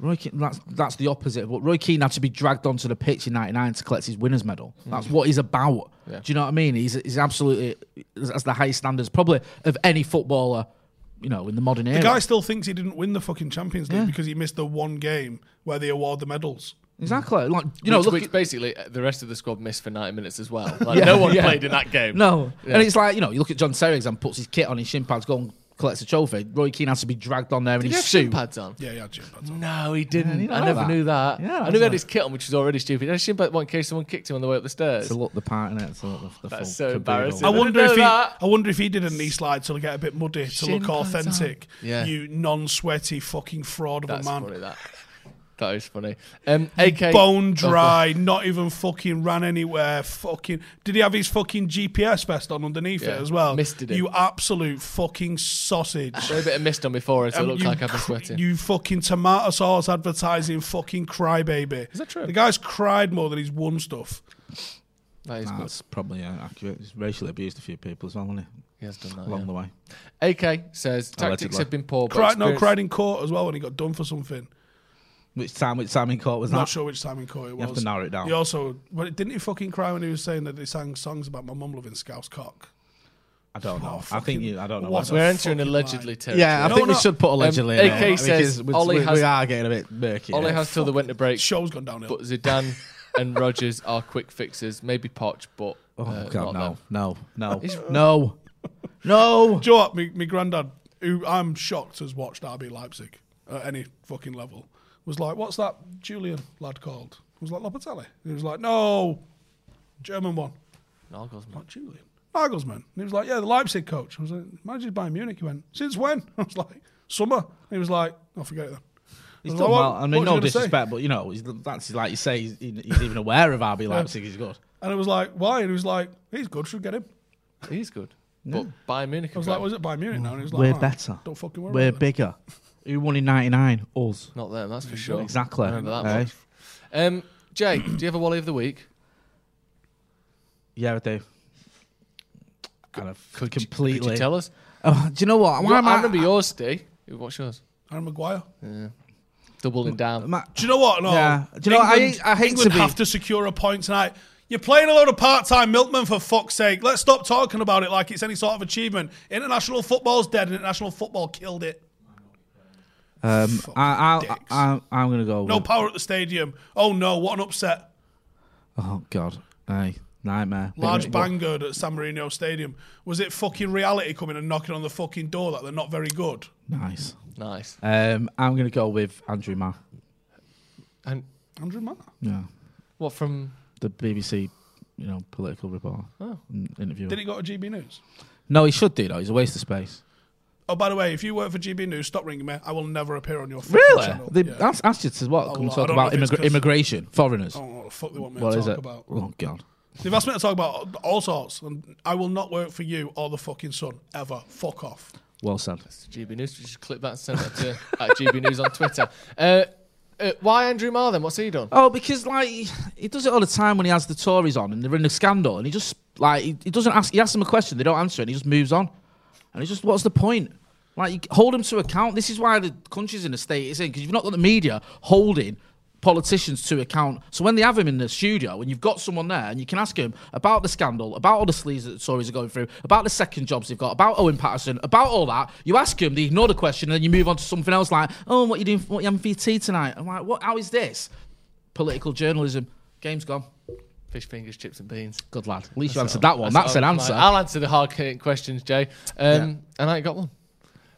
Speaker 4: Roy Keane, that's that's the opposite. But Roy Keane had to be dragged onto the pitch in '99 to collect his winners' medal.
Speaker 2: Mm.
Speaker 4: That's what he's about. Do you know what I mean? He's he's absolutely that's the highest standards probably of any footballer, you know, in the modern era.
Speaker 2: The guy still thinks he didn't win the fucking Champions League because he missed the one game where they award the medals.
Speaker 4: exactly. Like you
Speaker 3: You know,
Speaker 4: know,
Speaker 3: which,
Speaker 4: look
Speaker 3: which
Speaker 4: at-
Speaker 3: basically uh, the rest of the squad missed for 90 minutes as well. Like,
Speaker 4: Yeah,
Speaker 3: no one
Speaker 4: yeah.
Speaker 3: played in that game.
Speaker 4: No.
Speaker 3: Yeah.
Speaker 4: And it's like, you know, you look at John Terry and puts his kit on, his shin pads, go and collects the trophy, Roy Keane has to be dragged on there in
Speaker 3: Did he have
Speaker 4: his suit.
Speaker 3: shin pads on?
Speaker 2: Yeah, yeah, Jim. That's
Speaker 3: No, he didn't.
Speaker 4: didn't
Speaker 3: I
Speaker 4: know
Speaker 3: never
Speaker 4: that.
Speaker 3: knew that.
Speaker 4: Yeah,
Speaker 3: I knew he had
Speaker 4: that's
Speaker 3: his kit on, which was already stupid. I shin pad one in case someone kicked him on the way up the stairs.
Speaker 4: It's a look the part in it. It's a look the, the
Speaker 3: That's
Speaker 4: full
Speaker 3: so
Speaker 4: caboodle.
Speaker 3: embarrassing.
Speaker 2: I
Speaker 3: Didn't
Speaker 2: wonder
Speaker 3: know
Speaker 2: if he,
Speaker 3: that.
Speaker 2: I wonder if he did a knee slide to get a bit muddy to look
Speaker 3: Shin pads on.
Speaker 2: authentic.
Speaker 3: Yeah.
Speaker 2: You non-sweaty fucking fraud of
Speaker 3: That's
Speaker 2: a man.
Speaker 3: funny. That. That is funny. Um, AK
Speaker 2: Bone dry, not even fucking ran anywhere. Fucking did he have his fucking GPS vest on underneath
Speaker 3: Yeah,
Speaker 2: it as well?
Speaker 3: misted him.
Speaker 2: You absolute fucking sausage.
Speaker 3: Throw a bit of mist on before it, so
Speaker 2: Um,
Speaker 3: it looks
Speaker 2: you
Speaker 3: like I've been
Speaker 2: cr-
Speaker 3: sweating.
Speaker 2: You fucking tomato sauce advertising fucking crybaby. Is
Speaker 3: that true?
Speaker 2: The guy's cried more than he's won stuff.
Speaker 3: that is
Speaker 4: Nah,
Speaker 3: good.
Speaker 4: That's probably uh, accurate. He's racially abused a few people as well, hasn't he?
Speaker 3: He has done that.
Speaker 4: Along
Speaker 3: Oh, yeah.
Speaker 4: the way.
Speaker 3: AK says tactics
Speaker 4: Allegedly.
Speaker 3: have been poor. but
Speaker 2: Cried, no,
Speaker 3: experience-
Speaker 2: cried in court as well when he got done for something.
Speaker 4: Which time? Which time in court was
Speaker 2: Not
Speaker 4: that?
Speaker 2: sure which time in court it was.
Speaker 4: have to narrow it down.
Speaker 2: He also, but didn't he fucking cry when he was saying that they sang songs about my mum loving Scouse cock?
Speaker 4: I don't
Speaker 2: Oh,
Speaker 4: know. I
Speaker 2: fucking-
Speaker 4: think you. I don't know.
Speaker 2: what
Speaker 4: whether-
Speaker 2: a
Speaker 3: We're entering
Speaker 2: fucking
Speaker 3: allegedly
Speaker 2: lie.
Speaker 3: territory.
Speaker 4: Yeah, I
Speaker 2: No,
Speaker 4: think we
Speaker 2: not-
Speaker 4: should put allegedly.
Speaker 3: Um,
Speaker 4: in
Speaker 3: AK
Speaker 4: there, because
Speaker 3: says
Speaker 4: we-
Speaker 3: Ollie
Speaker 4: we,
Speaker 3: has-
Speaker 4: we are getting a bit murky.
Speaker 3: Ollie
Speaker 4: here.
Speaker 3: has till the winter break,
Speaker 2: Show's gone downhill.
Speaker 3: but Zidane and Rogers are quick fixes. Maybe Poch, but
Speaker 4: Oh
Speaker 3: uh,
Speaker 4: God,
Speaker 3: not them.
Speaker 4: no, no, no,
Speaker 3: He's-
Speaker 4: no, no.
Speaker 2: Do you know what? My, my granddad, who I'm shocked has watched RB Leipzig at any fucking level, was like, what's that Julian lad called? I was like, Lopatelli. He was like, no, German one.
Speaker 3: Nagelsmann.
Speaker 2: Not Julian. Nagelsmann. And he was like, yeah, the Leipzig coach. I was like, manages Bayern Munich. He went, since when? I was like, summer. And he was like, oh, forget it then.
Speaker 4: He's
Speaker 2: was
Speaker 4: done
Speaker 2: like,
Speaker 4: well.
Speaker 2: what-
Speaker 4: I
Speaker 2: what
Speaker 4: mean,
Speaker 2: was you
Speaker 4: no
Speaker 2: gonna say?
Speaker 4: disrespect, but you know, he's, that's like you say. He's, he's even aware of RB Leipzig. He's good.
Speaker 2: And it was like, why? And he was like, he's good, should get him.
Speaker 3: He's good. But Bayern Munich.
Speaker 2: I was like, was it Bayern Munich now? And he was like,
Speaker 4: We're
Speaker 2: "Ah,
Speaker 4: better.
Speaker 2: Don't fucking worry.
Speaker 4: We're
Speaker 2: about it."
Speaker 4: bigger. Who won in '99? Us.
Speaker 3: not them. That's for sure.
Speaker 4: Exactly.
Speaker 3: I remember that
Speaker 4: Eh?
Speaker 3: much. Um, Jay, do you have a Wally of the week?
Speaker 4: Yeah, I do. Kind of completely.
Speaker 3: Could you tell us?
Speaker 4: Oh, do you know what? Why
Speaker 3: Your-
Speaker 4: am
Speaker 3: I
Speaker 4: I?
Speaker 3: remember yours, Steve. What's yours?
Speaker 2: Aaron Maguire.
Speaker 3: Doubling down.
Speaker 4: am I-
Speaker 2: Do you know what? No.
Speaker 4: Yeah. Do you know what? I hate- I hate to
Speaker 2: England
Speaker 4: be-
Speaker 2: have to secure a point tonight. You're playing a load of part-time milkmen for fuck's sake. Let's stop talking about it like it's any sort of achievement. International football's dead, and international football killed it.
Speaker 4: Um, I, I,
Speaker 2: dicks.
Speaker 4: I, I, am going to go.
Speaker 2: No
Speaker 4: with-
Speaker 2: power at the stadium. Oh no, what an upset!
Speaker 4: oh God, hey, nightmare.
Speaker 2: Large
Speaker 4: Big-
Speaker 2: banger at San Marino Stadium. Was it fucking reality coming and knocking on the fucking door that they're not very good?
Speaker 4: Nice.
Speaker 3: Nice.
Speaker 4: Um, I'm going to go with Andrew Mann.
Speaker 3: And
Speaker 2: Andrew Mann.
Speaker 4: Yeah,
Speaker 3: what from?
Speaker 4: the BBC, you know, political reporter, n- interviewer.
Speaker 2: Did he go to GB News?
Speaker 4: no, he should do though. He's a waste of space.
Speaker 2: Oh, by the way, if you work for GB News, stop ringing me. I will never appear on your fucking channel.
Speaker 4: They,
Speaker 2: Yeah.
Speaker 4: That's that's just what can we
Speaker 2: well, I
Speaker 4: talk
Speaker 2: don't know
Speaker 4: about
Speaker 2: if it's
Speaker 4: immigra-
Speaker 2: 'cause-
Speaker 4: immigration, foreigners.
Speaker 2: I don't know what the fuck they want me
Speaker 4: what
Speaker 2: to
Speaker 4: is
Speaker 2: talk
Speaker 4: it?
Speaker 2: about.
Speaker 4: Oh God.
Speaker 2: They've asked me to talk about all sorts, and I will not work for you or the fucking sun ever. Fuck off.
Speaker 3: Uh,
Speaker 4: Well said.
Speaker 3: GB News. You should clip that and send that to at GB News on Twitter. Uh, uh, why Andrew Marr then? What's he done?
Speaker 4: Oh, because like he he does it all the time when he has the Tories on and they're in a scandal, and he just like he, he doesn't ask. He asks them a question, they don't answer, it, and he just moves on. And it's just what's the point? Like you hold them to account. This is why the country's in the state it's in because you've not got the media holding politicians to account. So when they have him in the studio, when you've got someone there and you can ask him about the scandal, about all the sleaze that the Tories are going through, about the second jobs they've got, about Owen Patterson, about all that, you ask him, they ignore the question, and then you move on to something else like, oh, what you doing? What you having for your tea tonight? I'm like, what? How is this? political journalism. Game's gone.
Speaker 3: Fish fingers, chips and beans.
Speaker 4: Good lad. At least you answered that one. That's,
Speaker 3: what
Speaker 4: an
Speaker 3: I'm
Speaker 4: answer.
Speaker 3: like. I'll answer the hard hitting questions, Jay. Um, And I ain't got one.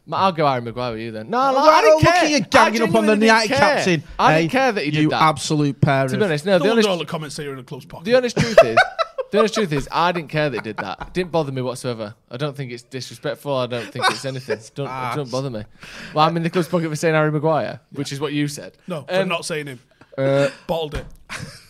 Speaker 3: Ma- I'll go Harry Maguire with you then. No, like, I
Speaker 4: Well,
Speaker 3: didn't care.
Speaker 4: Look at you
Speaker 3: I
Speaker 4: ganging up on the
Speaker 3: genuinely
Speaker 4: United
Speaker 3: didn't care.
Speaker 4: captain.
Speaker 3: I didn't
Speaker 4: eh?
Speaker 3: care that he did
Speaker 4: you
Speaker 3: that.
Speaker 4: absolute pair
Speaker 3: to
Speaker 4: of-
Speaker 3: be honest, no.
Speaker 2: No
Speaker 3: The
Speaker 2: wonder
Speaker 3: honest,
Speaker 2: all the comments say you're in a club's pocket.
Speaker 3: the honest truth is, the honest truth is, I didn't care that he did that. It didn't bother me whatsoever. I don't think it's disrespectful. I don't think it's anything. It don't, it
Speaker 2: Ah.
Speaker 3: don't bother me. Well, I'm in the club's pocket for saying Harry Maguire, which is what you said.
Speaker 2: no, for
Speaker 3: Um, uh,
Speaker 2: not saying him. Bottled it.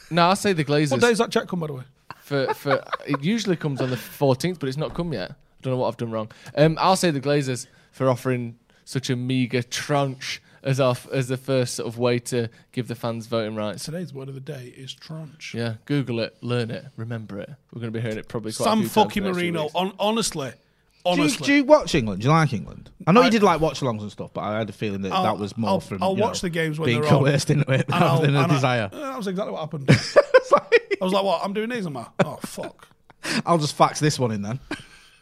Speaker 3: No, I'll say the
Speaker 2: What
Speaker 3: Glazers.
Speaker 2: day does that check come, by the way?
Speaker 3: for for it usually comes on the 14th, but it's not come yet. I don't know what I've done wrong. Um, I'll say the Glazers for offering such a meagre tranche as our f- as the first sort of way to give the fans voting rights.
Speaker 2: Today's word of the day is tranche.
Speaker 3: Yeah, Google it, learn it, remember it. We're going to be hearing it probably quite a
Speaker 2: Sam
Speaker 3: few times in
Speaker 2: fucking
Speaker 3: the next few
Speaker 2: Marino.
Speaker 3: weeks.
Speaker 2: On, honestly,
Speaker 4: Do you,
Speaker 2: honestly.
Speaker 4: do you watch England? Do you like England? I know
Speaker 2: I-
Speaker 4: you did like watch alongs and stuff, but I had a feeling that
Speaker 2: I'll-
Speaker 4: that was more
Speaker 2: I'll-
Speaker 4: from
Speaker 2: I'll
Speaker 4: you
Speaker 2: watch
Speaker 4: know,
Speaker 2: the games when
Speaker 4: being
Speaker 2: they're on.
Speaker 4: coerced into it
Speaker 2: And I'll-
Speaker 4: rather than a
Speaker 2: and I-
Speaker 4: desire.
Speaker 2: Uh, that was exactly what happened. I
Speaker 4: It's like,
Speaker 2: was like, what? I'm doing these, am I? Oh, fuck.
Speaker 4: I'll just fax this one in then.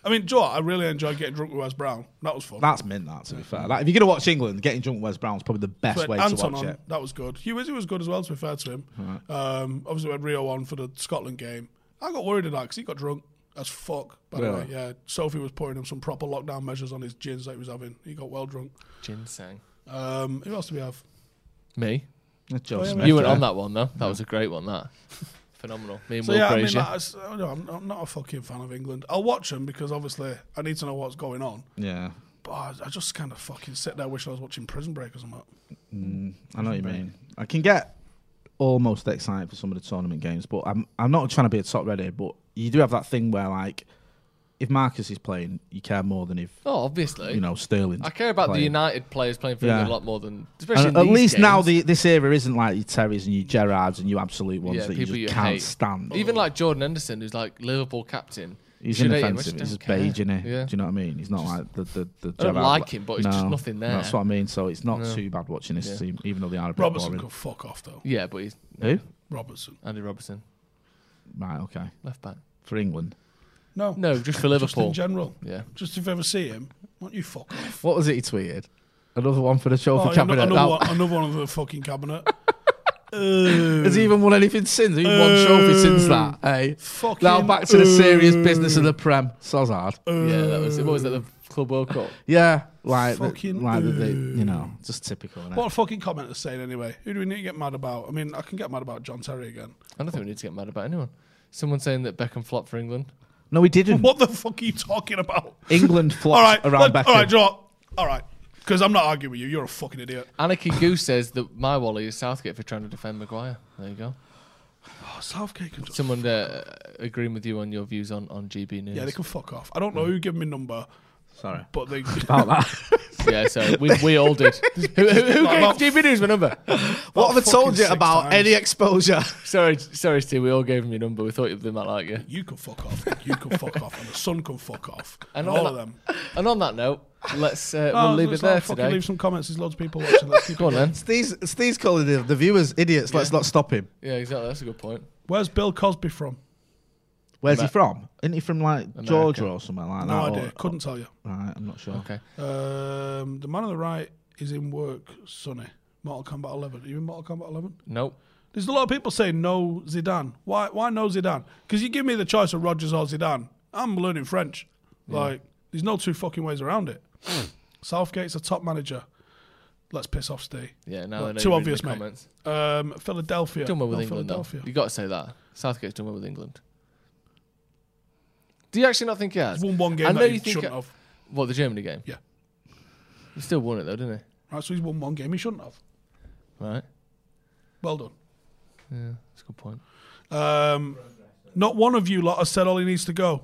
Speaker 2: I mean, Joe, I really enjoyed getting drunk with Wes Brown. That was fun.
Speaker 4: That's mint. That to be fair, like, if you're gonna watch England, getting drunk with Wes Brown's probably the best
Speaker 2: But
Speaker 4: way
Speaker 2: Anton
Speaker 4: to watch
Speaker 2: on,
Speaker 4: it.
Speaker 2: that was good. Hugh Izzy was good as well, to be fair to him. Um, obviously, we had Rio on for the Scotland game. I got worried of that because he got drunk. as fuck. By the way,
Speaker 4: Really?
Speaker 2: yeah. Sophie was putting him some proper lockdown measures on his gins that he was having. He got well drunk.
Speaker 3: Ginseng.
Speaker 2: Um, who else do we have?
Speaker 3: Me.
Speaker 2: Oh,
Speaker 4: Joe
Speaker 2: yeah,
Speaker 4: Smith.
Speaker 2: That's
Speaker 3: You went
Speaker 4: yeah.
Speaker 3: on that one though. That was a great one. That phenomenal. Me and
Speaker 2: So
Speaker 3: Will
Speaker 2: yeah,
Speaker 3: Fraser.
Speaker 2: I mean, like, I, am I'm not a fucking fan of England. I'll watch them because obviously I need to know what's going on.
Speaker 4: Yeah,
Speaker 2: But Oh, I, I just kind of fucking sit there wishing I was watching Prison Break or something.
Speaker 4: I know what you mean. I can get almost excited for some of the tournament games, but I'm I'm not trying to be a top ready, but you do have that thing where like if Marcus is playing, you care more than if
Speaker 3: oh, obviously.
Speaker 4: you know Sterling.
Speaker 3: I care about the
Speaker 4: playing.
Speaker 3: United players playing for England
Speaker 4: Yeah.
Speaker 3: a lot more than especially
Speaker 4: And
Speaker 3: in
Speaker 4: at
Speaker 3: these
Speaker 4: least now
Speaker 3: games.
Speaker 4: the, this era isn't like your Terrys and your Gerrards and your absolute ones
Speaker 3: Yeah,
Speaker 4: that you
Speaker 3: people
Speaker 4: just
Speaker 3: you
Speaker 4: can't
Speaker 3: hate.
Speaker 4: stand.
Speaker 3: even like Jordan Henderson, who's like Liverpool captain.
Speaker 4: He's
Speaker 3: you should hate him, I
Speaker 4: inoffensive. He's
Speaker 3: just
Speaker 4: just
Speaker 3: don't
Speaker 4: beige,
Speaker 3: care.
Speaker 4: isn't he?
Speaker 3: Yeah.
Speaker 4: Do you know what I mean? He's not like the the, the
Speaker 3: I don't
Speaker 4: Gerrard-
Speaker 3: like him, but it's just
Speaker 4: No,
Speaker 3: nothing there.
Speaker 4: That's what I mean. So it's not
Speaker 3: No.
Speaker 4: too bad watching this
Speaker 3: Yeah.
Speaker 4: team, even though they are a bit
Speaker 2: Robertson
Speaker 4: boring.
Speaker 2: could fuck off though.
Speaker 3: Yeah, but he's
Speaker 4: Who?
Speaker 2: Robertson.
Speaker 3: Andy Robertson,
Speaker 4: Right. Okay.
Speaker 3: left back.
Speaker 4: For England.
Speaker 2: No,
Speaker 3: No, just for
Speaker 2: Just in
Speaker 3: Liverpool.
Speaker 2: general.
Speaker 3: yeah.
Speaker 2: Just if you ever see him, why don't you fuck off?
Speaker 4: What was it he tweeted? Another one for the show
Speaker 2: Oh,
Speaker 4: for
Speaker 2: yeah, no-
Speaker 4: cabinet.
Speaker 2: another,
Speaker 4: Now-
Speaker 2: one, another one of the fucking cabinet. Uh,
Speaker 4: Has he even won anything since? He's won trophy since that. Hey.
Speaker 2: fucking, uh,
Speaker 4: Now back to the serious business of the Prem. So hard.
Speaker 3: yeah, that was it. What was that? The
Speaker 4: Uh.
Speaker 3: Club World Cup.
Speaker 4: Yeah. Like, the-
Speaker 2: Fucking uh,
Speaker 4: like the, the- you know, just typical. innit?
Speaker 2: What a fucking comment to say anyway. Who do we need to get mad about? I mean, I can get mad about John Terry again.
Speaker 3: I don't think we need to get mad about anyone. Someone saying that Beckham flopped for England.
Speaker 4: No, he didn't.
Speaker 2: What the fuck are you talking about?
Speaker 4: England
Speaker 2: All
Speaker 4: flopped
Speaker 2: right, let-
Speaker 4: around Beckham.
Speaker 2: all right, Joe. All right, because I'm not arguing with you. You're a fucking idiot.
Speaker 3: Anarchy Goose says that my Wally is Southgate for trying to defend Maguire. There you go.
Speaker 2: Oh, Southgate can just.
Speaker 3: Someone uh, agreeing with you on your views on, on GB News.
Speaker 2: Yeah, they can fuck off. I don't
Speaker 4: Mm.
Speaker 2: know who gave me number,
Speaker 4: Sorry.
Speaker 2: but they.
Speaker 4: About that.
Speaker 3: Yeah, so we, we all did. who who, who
Speaker 2: Not-
Speaker 3: gave GB News my number?
Speaker 4: What have I
Speaker 2: fucking
Speaker 4: told you
Speaker 2: six
Speaker 4: about
Speaker 2: times.
Speaker 4: any exposure?
Speaker 3: sorry, sorry, Steve. We all gave him your number. We thought they might like you.
Speaker 2: you can fuck off. You can fuck off, and the son can fuck off,
Speaker 3: And
Speaker 2: and
Speaker 3: on
Speaker 2: all of
Speaker 3: that-
Speaker 2: them.
Speaker 3: And on that note, let's uh,
Speaker 2: Oh,
Speaker 3: we'll leave it
Speaker 2: let's
Speaker 3: there
Speaker 2: not fucking
Speaker 3: today.
Speaker 2: Leave some comments. There's loads of people watching. Let's keep
Speaker 3: Go on then.
Speaker 4: Steve's, Steve's calling the, the viewers idiots. Let's not stop him.
Speaker 3: Yeah, exactly. That's a good point.
Speaker 2: Where's Bill Cosby from?
Speaker 4: Where's he
Speaker 3: Amer-
Speaker 4: from? Isn't he from like Georgia or somewhere like
Speaker 2: No
Speaker 4: that?
Speaker 2: idea.
Speaker 4: Or-
Speaker 2: Couldn't tell you.
Speaker 4: Right, I'm not sure.
Speaker 3: Okay.
Speaker 2: Um, the man on the right is in work, Sonny. Mortal Kombat 11. Are you in Mortal Kombat 11?
Speaker 3: Nope.
Speaker 2: There's a lot of people saying no Zidane. Why? Why no Zidane? Because you give me the choice of Rogers or Zidane. I'm learning French. Like, there's no two fucking ways around it.
Speaker 3: Hmm.
Speaker 2: Southgate's a top manager. Let's piss off, Steve.
Speaker 3: Yeah, now
Speaker 2: Well,
Speaker 3: I know
Speaker 2: too
Speaker 3: you're reading
Speaker 2: obvious,
Speaker 3: the
Speaker 2: mate.
Speaker 3: Comments.
Speaker 2: Um, Philadelphia.
Speaker 3: Done well with
Speaker 2: No,
Speaker 3: England, though.
Speaker 2: Philadelphia.
Speaker 3: You got to say that. Southgate's done well with England. Do you actually not think he has?
Speaker 2: He's won one game
Speaker 3: I
Speaker 2: that
Speaker 3: know
Speaker 2: he
Speaker 3: you think
Speaker 2: shouldn't
Speaker 3: I-
Speaker 2: have.
Speaker 3: What the Germany game?
Speaker 2: Yeah.
Speaker 3: He still won it though, didn't he?
Speaker 2: Right, so he's won one game he shouldn't have.
Speaker 3: Right.
Speaker 2: Well done.
Speaker 3: Yeah, that's a good point.
Speaker 2: Um, not one of you lot has said all he needs to go.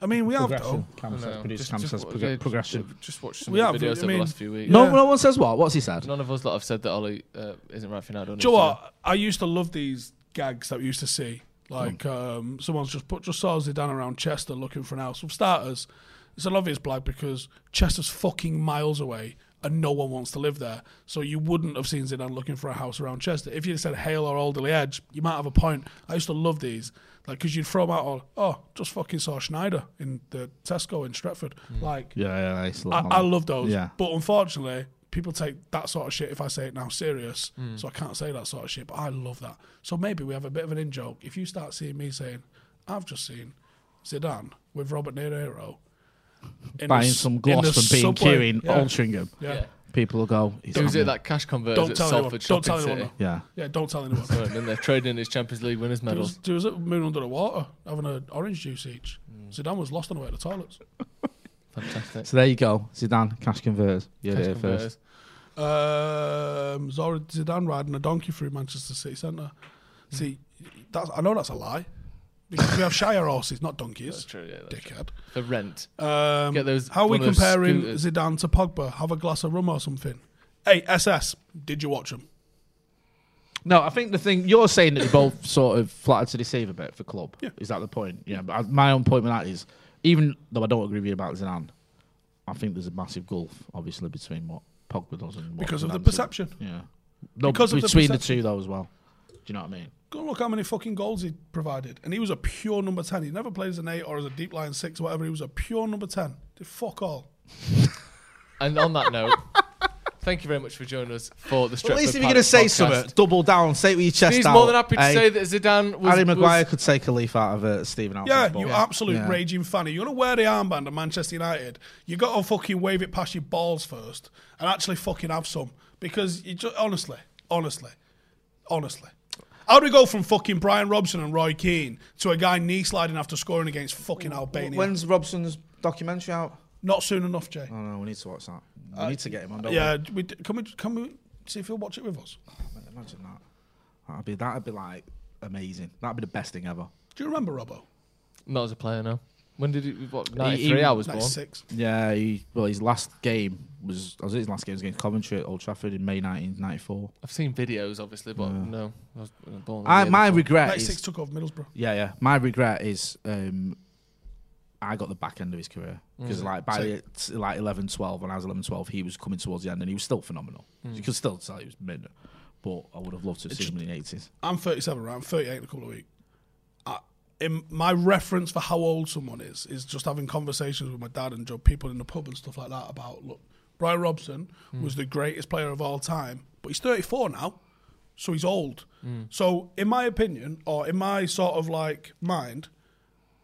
Speaker 2: I mean, we have though.
Speaker 4: Cam says,
Speaker 3: No,
Speaker 4: producer
Speaker 3: just-
Speaker 4: Cam
Speaker 3: just
Speaker 4: says
Speaker 3: wa-
Speaker 4: prog-
Speaker 3: yeah, just-
Speaker 4: progression.
Speaker 3: Just watch some
Speaker 2: We
Speaker 3: of
Speaker 2: have,
Speaker 3: the videos
Speaker 2: I
Speaker 3: over
Speaker 2: mean-
Speaker 3: the last few weeks.
Speaker 2: No,
Speaker 4: No,
Speaker 2: Yeah. no
Speaker 4: no one says what. What's he said?
Speaker 3: None of us lot have said that Ollie uh, isn't right for now.
Speaker 2: Do you know what? I used to love these gags that we used to see. Like um, someone's just put just saw Zidane around Chester looking for an house. For starters, it's an obvious blag because Chester's fucking miles away and no one wants to live there. So you wouldn't have seen Zidane looking for a house around Chester. If you said Hale or Alderley Edge, you might have a point. I used to love these. Like, because you'd throw them out, all, oh, just fucking saw Schneider in the Tesco in Stretford. Like,
Speaker 4: Yeah, yeah, nice.
Speaker 2: I, I love those.
Speaker 4: Yeah.
Speaker 2: But unfortunately, people take that sort of shit if I say it now serious. So I can't say that sort of shit, but I love that. So maybe we have a bit of an in joke. If you start seeing me saying, I've just seen Zidane with Robert De Niro in the
Speaker 4: buying
Speaker 2: s-
Speaker 4: some
Speaker 2: in
Speaker 4: gloss
Speaker 2: the
Speaker 4: from being
Speaker 2: subway."
Speaker 4: queue in
Speaker 2: Yeah.
Speaker 4: Altrincham.
Speaker 2: Yeah.
Speaker 3: Yeah.
Speaker 4: People will go. He's
Speaker 3: Who's
Speaker 4: on
Speaker 3: it?
Speaker 4: there.
Speaker 3: That cash converter
Speaker 2: Don't
Speaker 3: at
Speaker 2: tell anyone.
Speaker 3: Salford
Speaker 2: Don't
Speaker 3: Shopping
Speaker 2: tell anyone.
Speaker 3: City.
Speaker 2: though.
Speaker 4: Yeah.
Speaker 2: Yeah, don't tell anyone.
Speaker 3: Right, and they're trading his Champions League winners
Speaker 2: There was,
Speaker 3: medals.
Speaker 2: there was a moon under the water having an orange juice each. Zidane was lost on the way to the toilets.
Speaker 3: Fantastic.
Speaker 4: So there you go. Zidane cash converters. Yeah,
Speaker 3: Cash
Speaker 4: yeah,
Speaker 3: converters.
Speaker 4: first.
Speaker 2: Um, Zora Zidane riding a donkey through Manchester City Centre.
Speaker 3: Hmm.
Speaker 2: See, that's, I know that's a lie. Because we have Shire horses, not donkeys.
Speaker 3: That's true. Yeah, that's true.
Speaker 2: Dickhead.
Speaker 3: For rent.
Speaker 2: Um,
Speaker 3: Get those-
Speaker 2: how are we
Speaker 3: one of those
Speaker 2: comparing
Speaker 3: scooters.
Speaker 2: Zidane to Pogba? Have a glass of rum or something. Hey, SS, did you watch him?
Speaker 4: No, I think the thing you're saying that they both sort of flattered to deceive a bit for club.
Speaker 2: Yeah.
Speaker 4: Is that the point? Yeah. But I- my own point with that is, even though I don't agree with you about Zidane, I think there's a massive gulf, obviously, between what Pogba does and what
Speaker 2: Because of the
Speaker 4: Zidane does.
Speaker 2: perception.
Speaker 4: Yeah. No,
Speaker 2: Because of the
Speaker 4: between the
Speaker 2: perception.
Speaker 4: two though as well. Do you know what I mean?
Speaker 2: Go and look how many fucking goals he provided. And he was a pure number 10. He never played as an 8 or as a deep line 6 or whatever. He was a pure number 10. Did fuck all.
Speaker 3: And on that note, Thank you very much for joining us for the Stretford
Speaker 4: At least if you're
Speaker 3: Palace
Speaker 4: going to say
Speaker 3: podcast.
Speaker 4: something, double down, say it with your chest
Speaker 3: He's
Speaker 4: out.
Speaker 3: more than happy to
Speaker 4: eh?
Speaker 3: say that Zidane was.
Speaker 4: Harry Maguire
Speaker 3: was-
Speaker 4: could take a leaf out of uh, Stephen Alford's
Speaker 2: Yeah,
Speaker 4: ball.
Speaker 2: you absolute
Speaker 4: Yeah.
Speaker 2: raging fanny. You're gonna wear the armband at Manchester United. You got to fucking wave it past your balls first, and actually fucking have some because you just honestly, honestly, honestly. How do we go from fucking Brian Robson and Roy Keane to a guy knee sliding after scoring against fucking Albania?
Speaker 4: When's Robson's documentary out?
Speaker 2: Not soon enough, Jay.
Speaker 4: Oh no, we need to watch that. We
Speaker 3: Uh,
Speaker 4: need to get him on. Don't
Speaker 2: yeah, we, d- can we can we see if he'll watch it with us?
Speaker 4: we? imagine that. That'd be that'd be like amazing. That'd be the best thing ever.
Speaker 2: Do you remember Robbo?
Speaker 3: Not as a player, no. When did he? What?
Speaker 4: He-
Speaker 3: Ninety
Speaker 4: he-
Speaker 3: three. I was born.
Speaker 2: 96.
Speaker 4: Yeah, he, well, his last game was, was it his last game was against Coventry at Old Trafford in May 1994.
Speaker 3: I've seen videos, obviously, but no, I was I was born.
Speaker 4: I,
Speaker 3: the
Speaker 4: my
Speaker 3: other-
Speaker 4: regret
Speaker 2: 96
Speaker 4: is,
Speaker 2: took over Middlesbrough.
Speaker 4: yeah, yeah, my regret is, um, I got the back end of his career because like by the, t- like 11, 12, when I was 11, 12, he was coming towards the end and he was still phenomenal. You could still tell he was mid, but I would have loved to have seen him in the 80s.
Speaker 2: I'm 37, right? I'm 38 in a couple of weeks. I, in my reference for how old someone is is just having conversations with my dad and Joe, people in the pub and stuff like that about look, Brian Robson
Speaker 4: Hmm.
Speaker 2: was the greatest player of all time, but he's 34 now, so he's old.
Speaker 4: Hmm.
Speaker 2: So, in my opinion, or in my sort of like mind,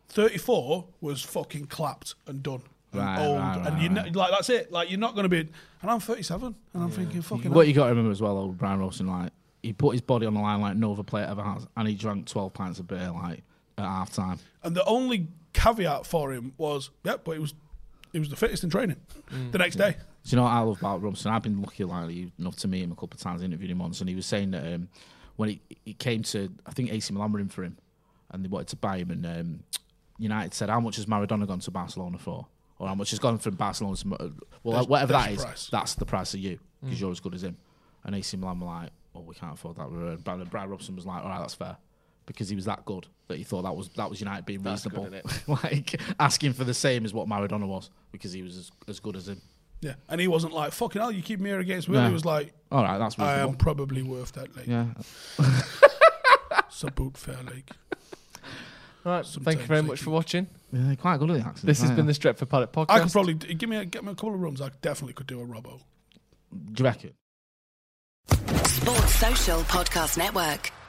Speaker 2: 34 was fucking clapped and done. And
Speaker 4: Right,
Speaker 2: old,
Speaker 4: right, right,
Speaker 2: and you
Speaker 4: right.
Speaker 2: know, like that's it. Like you're not going to be. And I'm 37, and I'm thinking, fucking. hell.
Speaker 4: What you got to remember as well, old Brian Robson, like he put his body on the line like no other player ever has, and he drank 12 pints of beer like at half time.
Speaker 2: And the only caveat for him was, yeah, but he was he was the fittest in training the next day.
Speaker 4: Do you know what I love about Robson? I've been lucky like enough to meet him a couple of times, interviewed him once, and he was saying that um, when it, it came to, I think AC Milan were in for him, and they wanted to buy him, and um, United said, "How much has Maradona gone to Barcelona for?" Or how much has gone from Barcelona to Mar- well,
Speaker 2: That's-
Speaker 4: whatever
Speaker 2: that's
Speaker 4: that
Speaker 2: your
Speaker 4: is,
Speaker 2: price.
Speaker 4: that's the price of you because you're as good as him. And AC Milan were like, "Oh, we can't afford that." And Brian, Brian Robson was like, "All right, that's fair," because he was that good that he thought that was that was United being
Speaker 3: That's good,
Speaker 4: reasonable, like asking for the same as what Maradona was because he was as, as good as him.
Speaker 2: Yeah, and he wasn't like fucking hell. You keep me here against Will.
Speaker 4: No.
Speaker 2: He was like,
Speaker 4: All right, that's
Speaker 2: I
Speaker 3: Um,
Speaker 4: reasonable.
Speaker 2: am probably worth that league.
Speaker 4: Yeah.
Speaker 2: It's a boot fair league.
Speaker 3: Right. Thank you
Speaker 2: Sometimes
Speaker 3: very
Speaker 2: they
Speaker 3: much for
Speaker 2: keep-
Speaker 3: watching.
Speaker 4: yeah, they're quite good at the accents.
Speaker 3: This has
Speaker 4: aren't
Speaker 3: been
Speaker 4: they?
Speaker 3: the Stretford Paddock podcast.
Speaker 2: I could probably d- give me a, get me a couple of rooms. I definitely could do a Robbo.
Speaker 4: Do you reckon?
Speaker 1: Sports Social Podcast Network.